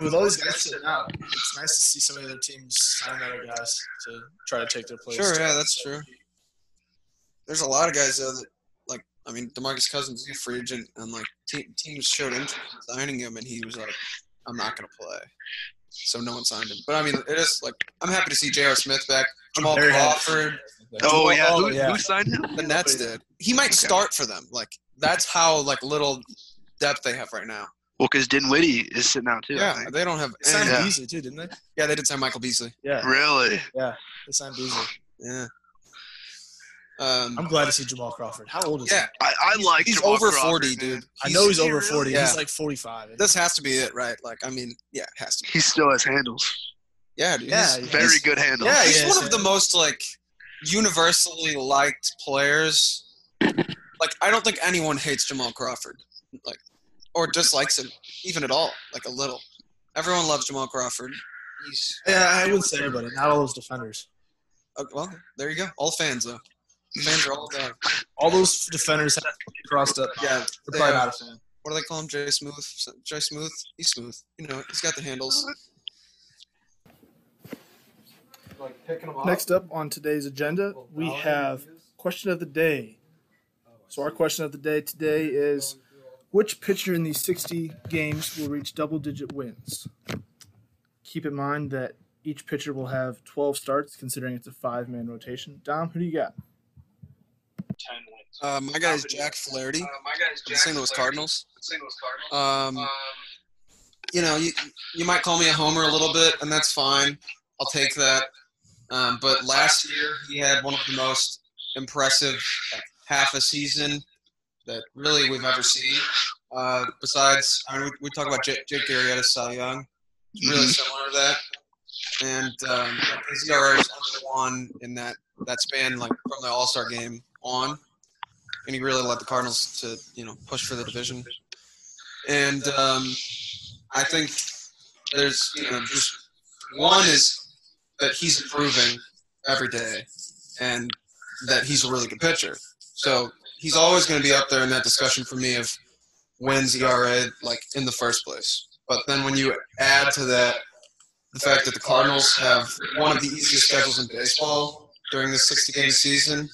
Speaker 1: With all these guys sitting out, it's nice to see some of their teams sign other guys to try to take their place.
Speaker 2: sure, yeah, that's true. There's a lot of guys though that, like, I mean, Demarcus Cousins is a free agent, and like te- teams showed interest in signing him, and he was like, "I'm not gonna play," so no one signed him. But I mean, it is like I'm happy to see J.R. Smith back. Jamal
Speaker 1: very happy.
Speaker 2: Crawford,
Speaker 3: Oh yeah,
Speaker 1: Oh,
Speaker 3: who,
Speaker 1: yeah.
Speaker 3: who signed him?
Speaker 2: the Nets did. He might start for them. Like that's how like little depth they have right now.
Speaker 3: Well, because Dinwiddie is sitting out too. I
Speaker 2: Yeah,
Speaker 3: think.
Speaker 2: they don't have.
Speaker 1: They signed
Speaker 3: Yeah.
Speaker 1: Beasley too, didn't they?
Speaker 2: yeah, they did sign Michael Beasley.
Speaker 1: Yeah,
Speaker 3: Really?
Speaker 1: they signed Beasley.
Speaker 2: Yeah. Um,
Speaker 1: I'm glad to see Jamal Crawford. How old is
Speaker 2: yeah,
Speaker 1: he?
Speaker 3: I, I like.
Speaker 2: he's
Speaker 3: Jamal
Speaker 2: over
Speaker 3: Crawford,
Speaker 2: 40,
Speaker 3: man.
Speaker 2: dude.
Speaker 1: I know he's
Speaker 3: he
Speaker 1: over
Speaker 3: really?
Speaker 1: 40.
Speaker 2: Yeah.
Speaker 1: He's like 45.
Speaker 2: This has to be it, right? Like, I mean, yeah, it has to. Be.
Speaker 3: He still has handles.
Speaker 2: Yeah, dude.
Speaker 1: Yeah,
Speaker 2: he's,
Speaker 1: yeah.
Speaker 3: Very
Speaker 2: he's-
Speaker 3: good handles.
Speaker 2: Yeah,
Speaker 1: he
Speaker 2: he's
Speaker 1: is,
Speaker 2: one
Speaker 1: yeah.
Speaker 2: of the most like universally liked players. Like, I don't think anyone hates Jamal Crawford, like, or dislikes him even at all, like a little. Everyone loves Jamal Crawford. He's
Speaker 1: yeah, I wouldn't say everybody. Not all those defenders.
Speaker 2: uh, well. There you go. All fans though. Fans are all down.
Speaker 1: All those defenders have crossed up.
Speaker 2: Yeah,
Speaker 1: they're
Speaker 2: they
Speaker 1: probably
Speaker 2: are.
Speaker 1: not a fan.
Speaker 2: what do they call him? Jay Smooth. Jay Smooth. He's smooth. You know, he's got the handles.
Speaker 4: Next up on today's agenda, we have question of the day. So our question of the day today is which pitcher in these 60 games will reach double digit wins? Keep in mind that each pitcher will have 12 starts considering it's a five-man rotation. Dom, who do you got?
Speaker 2: Uh, my guy's Jack Flaherty,
Speaker 3: my guy's
Speaker 2: the St. Louis Cardinals.
Speaker 3: St. Louis Cardinals.
Speaker 2: Um, you know, you, you might call me a homer a little bit, and that's fine. I'll take that. Um, but last year, he had one of the most impressive half a season that really we've ever seen. Uh, besides, I mean, we talk about Jake, Jake Arrieta's Cy Young.
Speaker 3: Mm-hmm.
Speaker 2: It's really similar to that. And um, like, his ERA is under one in that, that span, like from the All Star game on. And he really led the Cardinals to, you know, push for the division. And um, I think there's, you know, just one is that he's improving every day and that he's a really good pitcher. So he's always going to be up there in that discussion for me of E wins ERA, like in the first place. But then when you add to that the fact that the Cardinals have one of the easiest schedules in baseball during the 60 game season,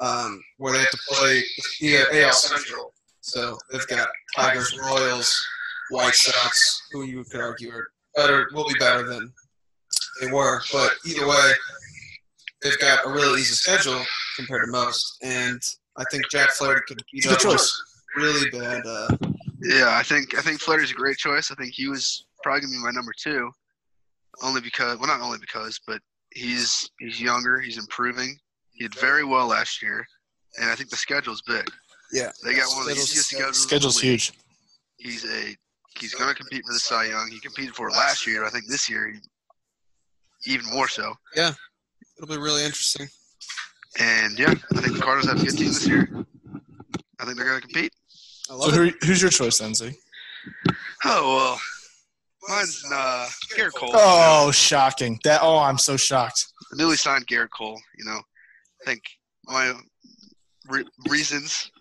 Speaker 2: um, where they have to play the AL Central. So they've got Tigers, Royals, White Sox, who you could argue are better, will be better than they were. But either way, they've got a really easy schedule compared to most. And I think Jack Flaherty could beat up a really bad. Uh,
Speaker 3: Yeah, I think I think Flaherty's a great choice. I think he was probably gonna be my number two, only because well, not only because, but he's he's younger, he's improving. He did very well last year, and I think the schedule's big.
Speaker 2: yeah,
Speaker 3: They got one of the easiest schedules. in the
Speaker 1: Schedule's
Speaker 3: league.
Speaker 1: huge.
Speaker 3: He's a he's gonna compete for the Cy Young. He competed for it last year. I think this year, he, even more so.
Speaker 2: It'll be really interesting.
Speaker 3: And yeah, I think the Cardinals have a good team this year. I think they're gonna compete.
Speaker 2: I
Speaker 1: So
Speaker 2: love it.
Speaker 1: who, who's your choice, then, Zeke?
Speaker 3: Oh well, mine's uh, Garrett Cole.
Speaker 1: Oh, shocking! That oh, I'm so shocked.
Speaker 3: the newly signed Garrett Cole. You know, I think my re- reasons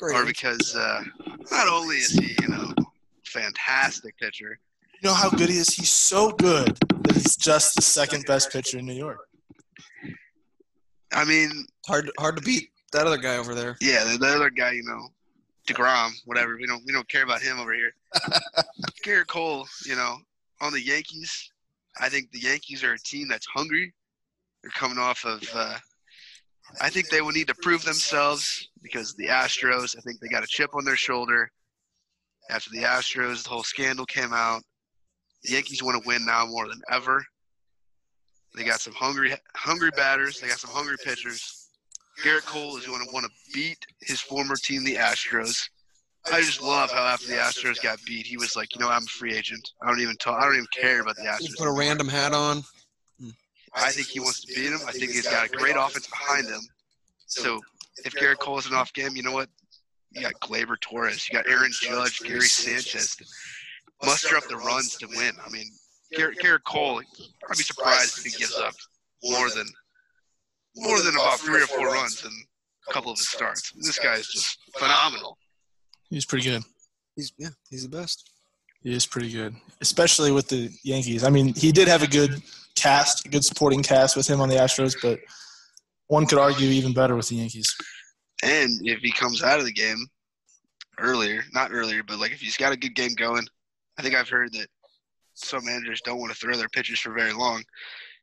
Speaker 3: are
Speaker 2: Great.
Speaker 3: because uh, not only is he, you know, fantastic pitcher,
Speaker 1: You know how good he is. He's so good that he's just the second best pitcher in New York.
Speaker 3: I mean,
Speaker 2: Hard, hard to beat that other guy over there.
Speaker 3: yeah, the, the other guy, you know, Degrom, whatever. We don't we don't care about him over here. Garrett Cole, you know, on the Yankees, I think the Yankees are a team that's hungry. They're coming off of. Uh, I think they will need to prove themselves because the Astros. I think they got a chip on their shoulder after the Astros. The whole scandal came out. The Yankees want to win now more than ever. They got some hungry, hungry batters. They got some hungry pitchers. Garrett Cole is going to want to beat his former team, the Astros. I just love how after the Astros got beat, he was like, you know, I'm a free agent. I don't even talk. I don't even care about the
Speaker 2: He
Speaker 3: Astros.
Speaker 2: put a random hat on.
Speaker 3: I think he wants to beat him. I think he's got a great offense behind him. So if Garrett Cole is an off game, you know what? You got Glaber Torres, you got Aaron Judge, Gary Sanchez. Muster up the runs to win. I mean, Garrett, Garrett Cole, I'd be surprised if he gives up more than more than about three or four runs in a couple of his starts. This guy is just phenomenal.
Speaker 1: He's pretty good.
Speaker 2: He's yeah, he's the best.
Speaker 1: He is pretty good, especially with the Yankees. I mean, he did have a good cast, a good supporting cast with him on the Astros, but one could argue even better with the Yankees.
Speaker 3: And if he comes out of the game earlier, not earlier, but like if he's got a good game going, I think I've heard that some managers don't want to throw their pitchers for very long.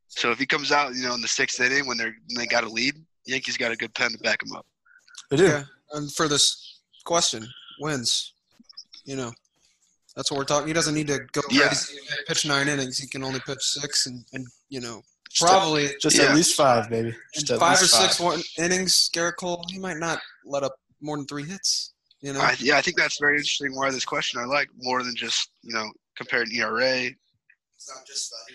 Speaker 3: So if he comes out, you know, in the sixth inning when they're when they got a lead, Yankees got a good pen to back him up.
Speaker 1: They do.
Speaker 2: Yeah. And for this question, wins. You know, that's what we're talking. He doesn't need to go
Speaker 3: Yeah.
Speaker 2: crazy and pitch nine innings. He can only pitch six, and, and you know,
Speaker 1: Just at-
Speaker 2: probably
Speaker 1: Just
Speaker 3: Yeah.
Speaker 1: at least five, baby. Just
Speaker 2: in
Speaker 1: at
Speaker 2: five or
Speaker 1: least
Speaker 2: six one innings. Garrett Cole, he might not let up more than three hits. You know,
Speaker 3: I, yeah, I think that's very interesting. Why this question I like more than just you know compared to ERA.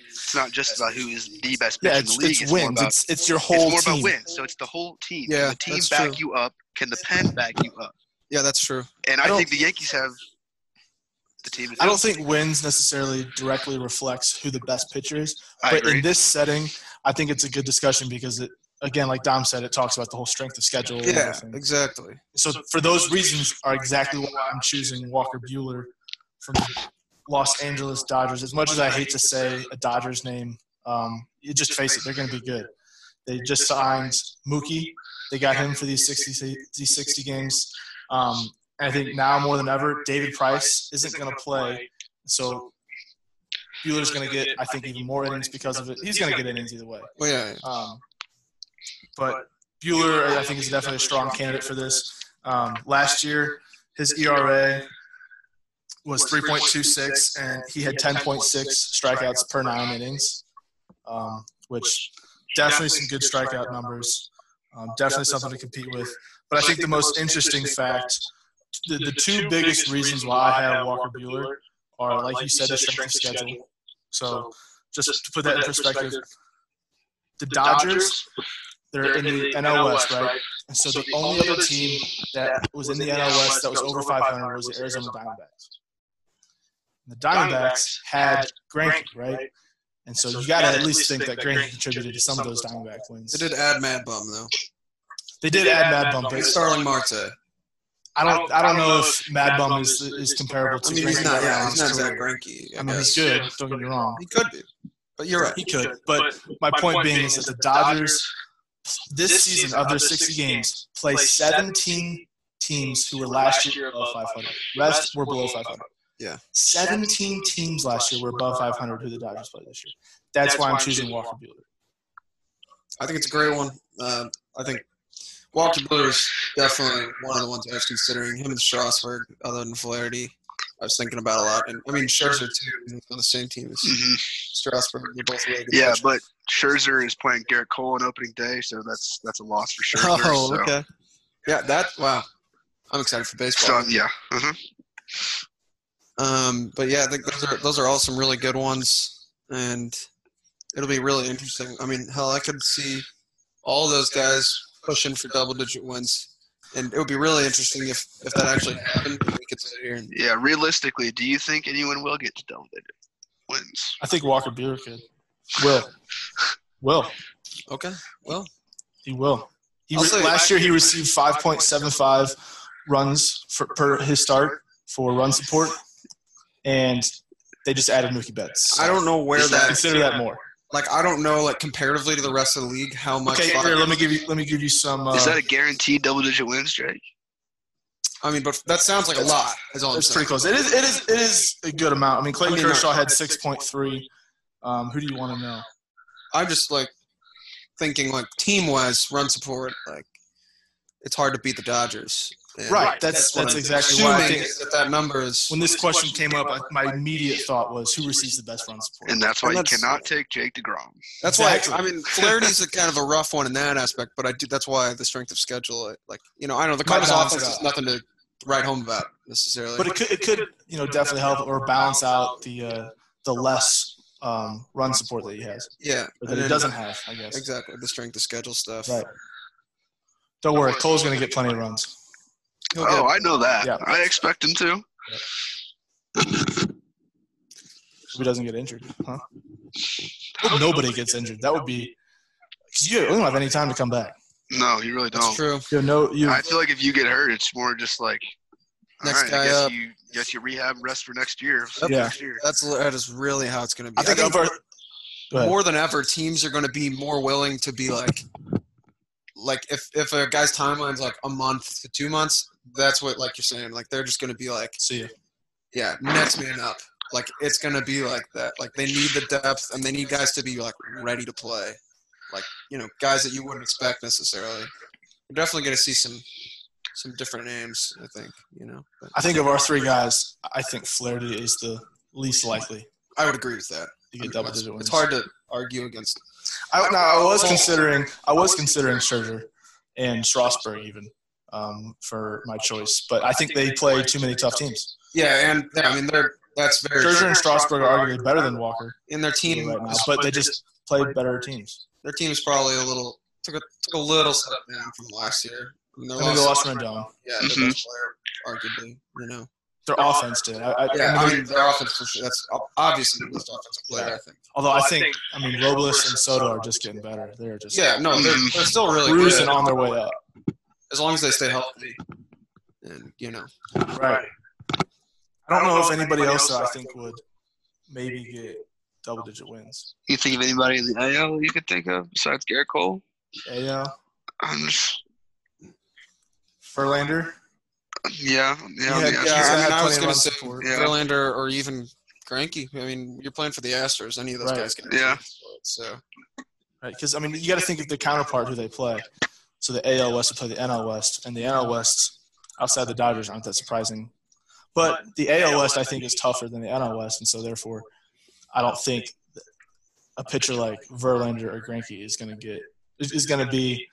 Speaker 3: It's not just about who is the best pitcher
Speaker 1: Yeah,
Speaker 3: in the
Speaker 1: it's,
Speaker 3: league.
Speaker 1: it's,
Speaker 3: It's, more
Speaker 1: wins.
Speaker 3: about
Speaker 1: It's, it's your
Speaker 3: it's
Speaker 1: whole
Speaker 3: more
Speaker 1: team.
Speaker 3: about wins. So it's the whole team. Can
Speaker 2: Yeah,
Speaker 3: the team
Speaker 2: that's
Speaker 3: back
Speaker 2: true.
Speaker 3: you up? Can the pen back you up?
Speaker 2: yeah, that's true.
Speaker 3: And
Speaker 1: I
Speaker 3: I,
Speaker 1: don't-
Speaker 3: think the Yankees have the team. to
Speaker 1: I
Speaker 3: do
Speaker 1: don't
Speaker 3: it.
Speaker 1: think wins necessarily directly reflects who the best pitcher is,
Speaker 3: I
Speaker 1: but
Speaker 3: agree.
Speaker 1: in this setting, I think it's a good discussion because it, again, like Dom said, it talks about the whole strength of schedule. and
Speaker 2: Yeah,
Speaker 1: everything.
Speaker 2: exactly.
Speaker 1: So for those reasons are exactly why I'm choosing Walker Bueller from the Los Angeles Dodgers. As much as I hate to say a Dodgers name, um, you just face it, they're going to be good. They just signed Mookie. They got him for these 60, these 60 games. Um, I think now more than ever, David Price isn't going to play. So Bueller's going to get, I think, even more innings because of it. He's going to get innings either way.
Speaker 2: Well, yeah,
Speaker 1: Um, but Bueller, I think, is definitely a strong candidate for this. Um, last year, his ERA was 3.26, and he had 10.6 strikeouts per nine innings, um, which definitely some good strikeout numbers. Um, definitely something to compete with. But I think the most interesting fact, the, the two biggest reasons why I have Walker Bueller are, like you said, the strength of schedule. So just to put that in perspective, the Dodgers, they're in the NL West, right? And so, the, only other team that was in the NL West that was over 500 was the Arizona Diamondbacks. And the Diamondbacks had Granky, right? And so, you got to at least think that Granky contributed to some of those Diamondback wins.
Speaker 2: they did add Mad Bum though.
Speaker 1: They did add Mad Bump.
Speaker 2: And
Speaker 1: but
Speaker 2: Starling Marte.
Speaker 1: I don't. I don't know if Mad Bum is is comparable to.
Speaker 2: I mean, he's not.
Speaker 1: Greinke.
Speaker 2: Yeah, he's not Zach Greinke. I
Speaker 1: I mean, he's
Speaker 2: guess.
Speaker 1: good. Don't get me wrong.
Speaker 2: He could be, but you're right.
Speaker 1: He could, but my point being is that the Dodgers this season of their 60 games play 17 teams who were last year above 500. Rest were below 500.
Speaker 2: Yeah.
Speaker 1: 17 teams last year were above 500 who the Dodgers played this year. That's why I'm choosing Walker Buehler.
Speaker 2: I think it's a great one. Um, I think Walker Buehler is definitely one of the ones I was considering. Him and Strasburg, other than Flaherty, I was thinking about a lot. And I mean, Scherzer too. He's on the same team as Strasburg. They're both really good.
Speaker 3: Mm-hmm. Yeah,
Speaker 2: pitchers.
Speaker 3: but Scherzer is playing Garrett Cole on opening day, so that's that's a loss for Scherzer.
Speaker 2: oh,
Speaker 3: so.
Speaker 2: okay. Yeah, that wow. I'm excited for
Speaker 3: So
Speaker 2: baseball.
Speaker 3: yeah, uh
Speaker 2: Um, but yeah, I think those are those are all some really good ones, and it'll be really interesting. I mean, hell, I could see all those guys pushing for double digit wins, and it would be really interesting if if that actually happened. We could sit here and
Speaker 3: yeah. Realistically, do you think anyone will get to double digit wins?
Speaker 1: I think Walker Buehler could. Will. Will.
Speaker 2: okay, well,
Speaker 1: He will. He
Speaker 2: I'll
Speaker 1: re-
Speaker 2: say-
Speaker 1: last year he received 5.75 runs for, per his start for run support, and they just added Mookie Betts. So
Speaker 2: I don't know where
Speaker 1: I
Speaker 2: that
Speaker 1: consider that more.
Speaker 2: like I don't know like comparatively to the rest of the league how much.
Speaker 1: Okay, here, let me give you let me give you some. Uh,
Speaker 3: Is that a guaranteed double digit wins, Drake?
Speaker 2: I mean, but that sounds like a lot. Is all I'm
Speaker 1: that's
Speaker 2: saying.
Speaker 1: pretty close. It is it is it is a good amount. I mean, Clayton
Speaker 2: I mean,
Speaker 1: Kershaw had 6.3. Um, who do you want to know?
Speaker 2: I'm just like thinking like team wise run support like it's hard to beat the Dodgers. And
Speaker 1: Right, that's
Speaker 2: what
Speaker 1: that's
Speaker 2: I'm
Speaker 1: exactly
Speaker 2: assuming
Speaker 1: why I think
Speaker 2: that that number is.
Speaker 1: when this question came up, I, my immediate thought was who receives the best run support.
Speaker 3: And that's why
Speaker 2: And
Speaker 3: you
Speaker 2: that's-
Speaker 3: cannot take Jake Degrom.
Speaker 2: That's why
Speaker 1: Exactly.
Speaker 2: I mean Flaherty's a kind of a rough one in that aspect, but I do. That's why the strength of schedule, like you know, I don't know the
Speaker 1: Might
Speaker 2: Cardinals
Speaker 1: balance
Speaker 2: offense
Speaker 1: it
Speaker 2: is
Speaker 1: out.
Speaker 2: nothing to write home about necessarily.
Speaker 1: but it could, it could you know definitely help or balance out the uh, the less um, run support that he has or
Speaker 2: yeah, and
Speaker 1: that he
Speaker 2: then-
Speaker 1: doesn't have. I guess.
Speaker 2: exactly the strength of schedule stuff.
Speaker 1: Right. Don't worry, Cole's going to get plenty of runs.
Speaker 2: He'll get-
Speaker 3: Oh, I know that.
Speaker 1: Yeah.
Speaker 3: I expect him to.
Speaker 1: If he doesn't get injured, huh? Hope nobody gets injured. That would be because you don't have any time to come back.
Speaker 3: No, you really
Speaker 2: that's
Speaker 3: don't.
Speaker 2: true.
Speaker 1: You know, you
Speaker 3: I feel like if you get hurt, it's more just like all
Speaker 2: Next
Speaker 3: right,
Speaker 2: guy
Speaker 3: I guess
Speaker 2: up.
Speaker 3: you guess you rehab and rest for next year.
Speaker 2: Yep.
Speaker 1: Yeah.
Speaker 3: Next year.
Speaker 2: That's that is really how it's going to be.
Speaker 1: I think of our- Go ahead.
Speaker 2: more than ever, teams are going to be more willing to be like, like if if a guy's timeline's like a month to two months, that's what like you're saying. Like they're just going to be like,
Speaker 1: see you.
Speaker 2: yeah, next man up. Like it's going to be like that. Like they need the depth and they need guys to be like ready to play. Like you know, guys that you wouldn't expect necessarily. We're definitely going to see some some different names. I think you know. But
Speaker 1: I think of our three guys, I think Flaherty is the least likely
Speaker 2: I would agree with that.
Speaker 1: to get double digit wins.
Speaker 2: It's hard to argue against.
Speaker 1: I, no, I was considering. I was considering Scherzer and Strasburg even um, for my choice, but uh, I think they play too many tough teams.
Speaker 2: Yeah, and yeah, I mean they're that's very
Speaker 1: Scherzer and Strasburg are arguably better than Walker
Speaker 2: in their
Speaker 1: right
Speaker 2: team
Speaker 1: now, but they just play better teams.
Speaker 2: their team's probably a little took a, took a little step down from last year. I mean, they
Speaker 1: I think
Speaker 2: lost,
Speaker 1: they lost Rendon.
Speaker 2: yeah, their
Speaker 3: Mhm.
Speaker 2: best player, arguably, you know.
Speaker 1: Their offense did. I, I,
Speaker 2: Yeah,
Speaker 1: I mean,
Speaker 2: I mean their offense for sure. That's ob- obviously the best offensive player, I think.
Speaker 1: although I think I mean Robles and Soto are just getting better. They're just
Speaker 2: Yeah, no, they're, they're still really
Speaker 1: cruising
Speaker 2: good
Speaker 1: on their way up.
Speaker 2: as long as they stay healthy. And you know,
Speaker 1: Right. I don't know if anybody else that I think would maybe get double digit wins.
Speaker 3: You think of anybody in the AL you could think of besides Garrett Cole?
Speaker 1: Yeah,
Speaker 3: I'm just
Speaker 1: Verlander.
Speaker 3: yeah yeah. I'm
Speaker 1: Yeah,
Speaker 3: the
Speaker 1: yeah,
Speaker 2: yeah,
Speaker 3: Astros.
Speaker 1: he's gonna
Speaker 2: I mean,
Speaker 1: have
Speaker 2: I was
Speaker 1: plenty
Speaker 2: going
Speaker 1: of
Speaker 2: to say
Speaker 1: support.
Speaker 3: Yeah.
Speaker 2: Verlander or even Granky. I mean, you're playing for the Astros. Any of those
Speaker 1: Right.
Speaker 2: guys can
Speaker 3: Yeah.
Speaker 2: So
Speaker 1: Right, because I mean, you got to think of the counterpart who they play. So the AL West would play the NL West, and the NL West, outside the Dodgers, aren't that surprising. But the AL West, I think, is tougher than the NL West, and so therefore, I don't think that a pitcher like Verlander or Granke is going to get is- is going to be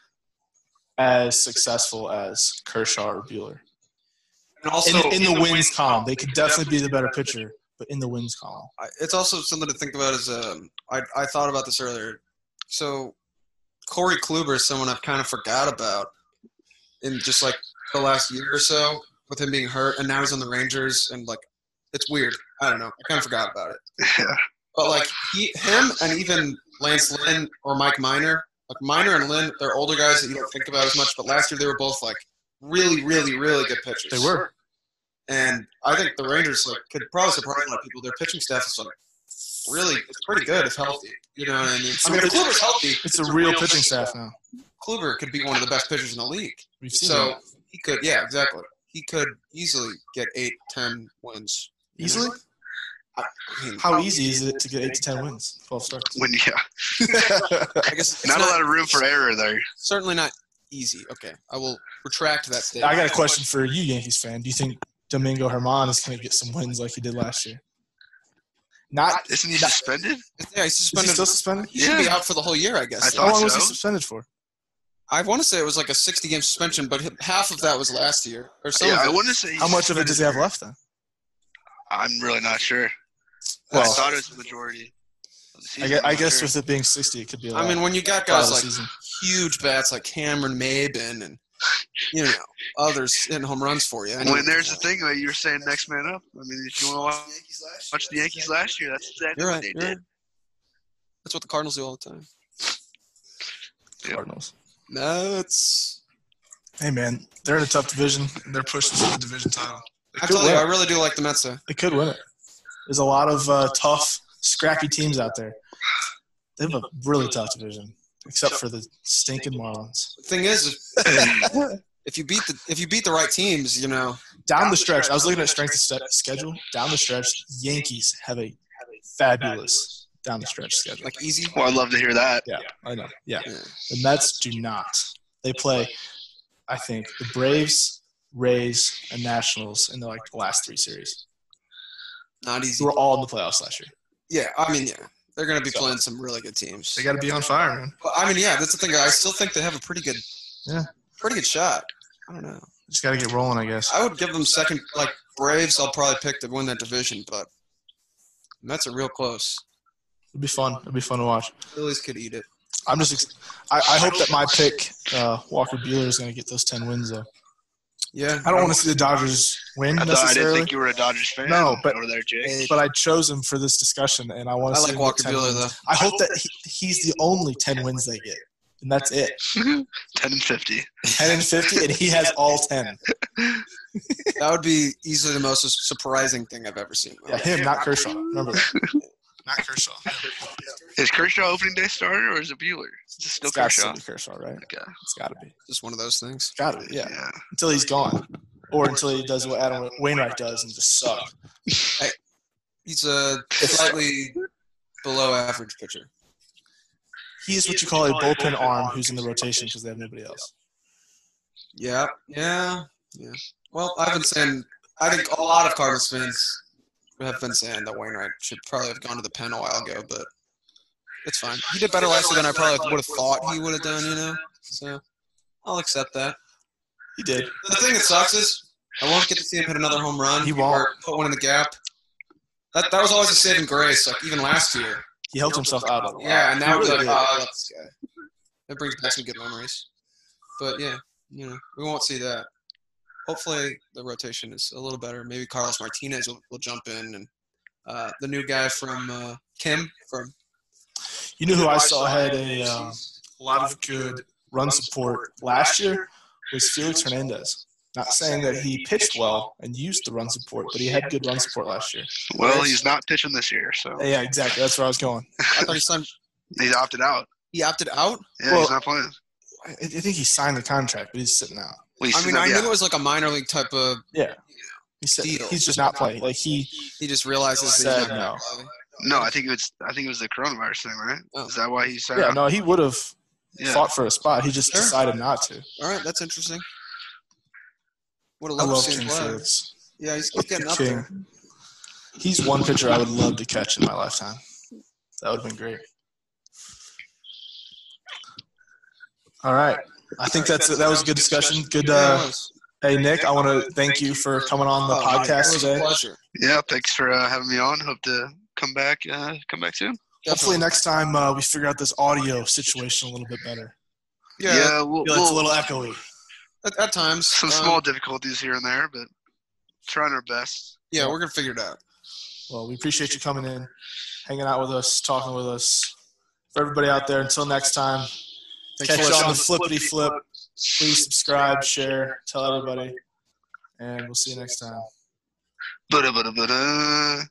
Speaker 1: as successful as Kershaw or Bueller.
Speaker 2: and also
Speaker 1: In, in the wins column, they could definitely be the better pitcher, but in the wins column,
Speaker 2: I- it's also something to think about as um, I, I thought about this earlier. So Corey Kluber is someone I've kind of forgot about in just like the last year or so with him being hurt, and now he's on the Rangers, and like it's weird. I don't know. I kind of forgot about it.
Speaker 3: Yeah.
Speaker 2: But like he, him, and even Lance Lynn or Mike Miner, like Miner and Lynn, they're older guys that you don't think about as much. But last year they were both like really, really, really good pitchers.
Speaker 5: They were.
Speaker 2: And I think the Rangers like could probably surprise a lot of people. Their pitching staff is like really it's pretty good if healthy. You know what I mean? I mean if Kluber's healthy,
Speaker 1: It's a real pitching staff now.
Speaker 2: Kluber could be one of the best pitchers in the league.
Speaker 1: We've seen
Speaker 2: So
Speaker 1: that.
Speaker 2: he could yeah, exactly. He could easily get eight, ten wins.
Speaker 1: easily.
Speaker 2: I mean,
Speaker 1: How easy is it to get eight to ten wins, twelve starts?
Speaker 3: When yeah,
Speaker 2: I guess it's
Speaker 3: not, a lot of room for error there.
Speaker 2: certainly not easy. Okay. I will retract that statement.
Speaker 1: I got a question for you, Yankees fan. Do you think Domingo Herman is going to get some wins like he did last year? Not.
Speaker 3: Isn't he suspended?
Speaker 2: Yeah, he's
Speaker 1: Is he
Speaker 2: suspended.
Speaker 1: still suspended?
Speaker 2: He should be out for the whole year, I guess.
Speaker 3: I
Speaker 1: How
Speaker 3: thought
Speaker 1: long was he
Speaker 3: so.
Speaker 1: suspended for?
Speaker 2: I want to say it was like a 60 game suspension, but h- half of that was last year or so.
Speaker 3: Yeah, I want to say. he's
Speaker 1: How much of it does he have
Speaker 3: suspended.
Speaker 1: left then?
Speaker 3: I'm really not sure. I
Speaker 1: Well-
Speaker 3: thought it was the majority. Of the
Speaker 1: I
Speaker 3: season,
Speaker 1: guess,
Speaker 3: I'm
Speaker 1: I
Speaker 3: not
Speaker 1: guess
Speaker 3: sure.
Speaker 1: with it being sixty, it could be. A lot.
Speaker 2: I mean, when you got
Speaker 1: Lot of
Speaker 2: guys
Speaker 1: the
Speaker 2: like
Speaker 1: season.
Speaker 2: huge bats like Cameron Maben and you know others hitting home runs for you. I
Speaker 3: when
Speaker 2: know-
Speaker 3: there's a thing like you were saying, next man up. I mean, if you want to watch, watch the Yankees last year, that's exactly
Speaker 2: You're
Speaker 3: what
Speaker 2: right.
Speaker 3: they
Speaker 2: You're
Speaker 3: did.
Speaker 2: right. That's what the Cardinals do all the time.
Speaker 1: Cardinals.
Speaker 2: No, it's.
Speaker 1: Hey man, they're in a tough division. And they're pushing for the division title.
Speaker 2: I
Speaker 1: could
Speaker 2: tell you,
Speaker 1: win.
Speaker 2: I really do like the Mets. Though.
Speaker 1: They could win it. There's a lot of uh, tough, scrappy teams out there. They have a really tough division, except for the stinking Marlins.
Speaker 2: The thing is, if- if you beat the if you beat the right teams, you know
Speaker 1: Down the stretch, I was looking at strength of st- schedule. Down the stretch, Yankees have a fabulous down the stretch schedule.
Speaker 2: like easy.
Speaker 3: Well, I'd love to hear that.
Speaker 1: Yeah, I know. Yeah.
Speaker 2: Yeah.
Speaker 1: The Mets do not. They play, I think, the Braves, Rays, and Nationals in the, like the last three series.
Speaker 2: Not easy.
Speaker 1: Who were all in the playoffs last year.
Speaker 2: Yeah, I mean, yeah, they're gonna be playing some really good teams.
Speaker 1: got to be on fire, man.
Speaker 2: But, I mean, yeah, that's the thing. I still think they have a pretty good,
Speaker 1: Yeah.
Speaker 2: pretty good shot. I don't know.
Speaker 1: Just got to get rolling, I guess.
Speaker 2: I would give them second. Like Braves, I'll probably pick to win that division, but Mets are real close.
Speaker 1: It'll be fun. It'll be fun to watch.
Speaker 2: Phillies could eat it.
Speaker 1: I'm just. Ex- I, I hope that my pick, uh, Walker Bueller, is going to get those ten wins. Though
Speaker 2: Yeah,
Speaker 1: I don't want to see the Dodgers win
Speaker 3: I, thought, I didn't
Speaker 1: necessarily,
Speaker 3: think you were a Dodgers fan.
Speaker 1: No, but-
Speaker 3: over there, Jake.
Speaker 1: but I chose him for this discussion, and I want
Speaker 2: I
Speaker 1: to.
Speaker 2: like Walker Buehler though.
Speaker 1: I hope that he, he's the only ten wins they get, and that's it.
Speaker 3: Ten and fifty.
Speaker 1: Ten and fifty, and he has all ten.
Speaker 2: That would be easily the most surprising thing I've ever seen.
Speaker 1: Yeah, him, not Kershaw. Remember that. Not Kershaw.
Speaker 3: Is Kershaw opening day starter or is it Bueller? Is it still
Speaker 1: It's got to
Speaker 3: Kershaw?
Speaker 1: be Kershaw, right?
Speaker 3: Okay.
Speaker 1: It's got to be.
Speaker 2: Just one of those things.
Speaker 1: Got to be. Yeah.
Speaker 3: Yeah.
Speaker 1: Until he's gone, or until he does what Adam Wainwright does and just sucks.
Speaker 2: He's a slightly below average pitcher.
Speaker 1: He is what you call a bullpen arm who's in the rotation because they have nobody else.
Speaker 2: Yeah, yeah, yeah. Well, I've been saying. I think a lot of Cardinals fans have been saying that Wainwright should probably have gone to the pen a while ago, but it's fine. He did better last year than I probably would have thought he would have done. You know, so I'll accept that.
Speaker 1: He did.
Speaker 2: The thing that sucks is I won't get to see him hit another home run.
Speaker 1: He won't.
Speaker 2: or put one in the gap. That that was always a saving grace. Like even last year.
Speaker 1: He helped himself out a lot.
Speaker 2: Yeah, and now
Speaker 1: He
Speaker 2: we're
Speaker 1: really
Speaker 2: like,
Speaker 1: did.
Speaker 2: oh, I love this guy. That brings back some good memories. But yeah, you know, we won't see that. Hopefully, the rotation is a little better. Maybe Carlos Martinez will, will jump in, and uh, the new guy from uh, Kim from
Speaker 1: You know who I saw had a um, lot of good run support last year was Felix Hernandez. Not saying that he pitched well and used the run support, but he had good run support last year.
Speaker 3: Well, he's not pitching this year, so
Speaker 1: Yeah, exactly. That's where I was going.
Speaker 2: I thought he signed,
Speaker 3: he's opted out.
Speaker 2: he opted out.
Speaker 3: Yeah,
Speaker 1: Well-
Speaker 3: he's not playing.
Speaker 1: I, I think he signed the contract, but he's sitting out.
Speaker 3: Well, he's
Speaker 2: I mean,
Speaker 3: not,
Speaker 2: I
Speaker 3: yeah.
Speaker 2: knew it was like a minor league type of.
Speaker 1: He's sitting,
Speaker 2: Deal.
Speaker 1: he's just not playing. Like he
Speaker 2: He just realizes that he's
Speaker 1: Said
Speaker 2: not gonna
Speaker 1: no.
Speaker 2: play.
Speaker 3: no, I think it was. I think it was the coronavirus thing, right?
Speaker 2: Oh.
Speaker 3: Is that why he signed
Speaker 1: Yeah,
Speaker 3: up?
Speaker 1: no, he would have
Speaker 3: Yeah.
Speaker 1: fought for a spot. He just
Speaker 2: Sure.
Speaker 1: decided not to.
Speaker 2: All right, that's interesting. Would have
Speaker 1: I
Speaker 2: loved to
Speaker 1: love
Speaker 2: see him
Speaker 1: King
Speaker 2: play.
Speaker 1: Felix.
Speaker 2: Yeah, he's, he's getting up
Speaker 1: King.
Speaker 2: there.
Speaker 1: He's one pitcher I would love to catch in my lifetime. That would have been great. All right. I think that's it. that was a good discussion. Good.
Speaker 2: Yeah, it
Speaker 1: Uh,
Speaker 2: was.
Speaker 1: hey Nick, I want to thank you for coming on the
Speaker 2: Oh, it
Speaker 1: podcast
Speaker 2: was a
Speaker 1: today.
Speaker 2: Pleasure.
Speaker 3: Yeah, Thanks for uh, having me on. Hope to come back. Uh, come back soon.
Speaker 1: Hopefully next time uh, we figure out this audio situation a little bit better.
Speaker 2: Yeah,
Speaker 3: we'll,
Speaker 1: I feel it's a
Speaker 3: we'll-
Speaker 1: little echoey.
Speaker 2: At, at times.
Speaker 3: some
Speaker 2: um,
Speaker 3: small difficulties here and there, but trying our best.
Speaker 2: Yeah, we're gonna figure it out.
Speaker 1: Well, we appreciate you coming in, hanging out with us, talking with us. For everybody out there, until next time,
Speaker 2: Thanks
Speaker 1: catch
Speaker 2: for
Speaker 1: you on
Speaker 2: watching.
Speaker 1: the flippity flip. Please subscribe, share, tell everybody, and we'll see you next time.
Speaker 3: Ba-da-ba-da-ba-da.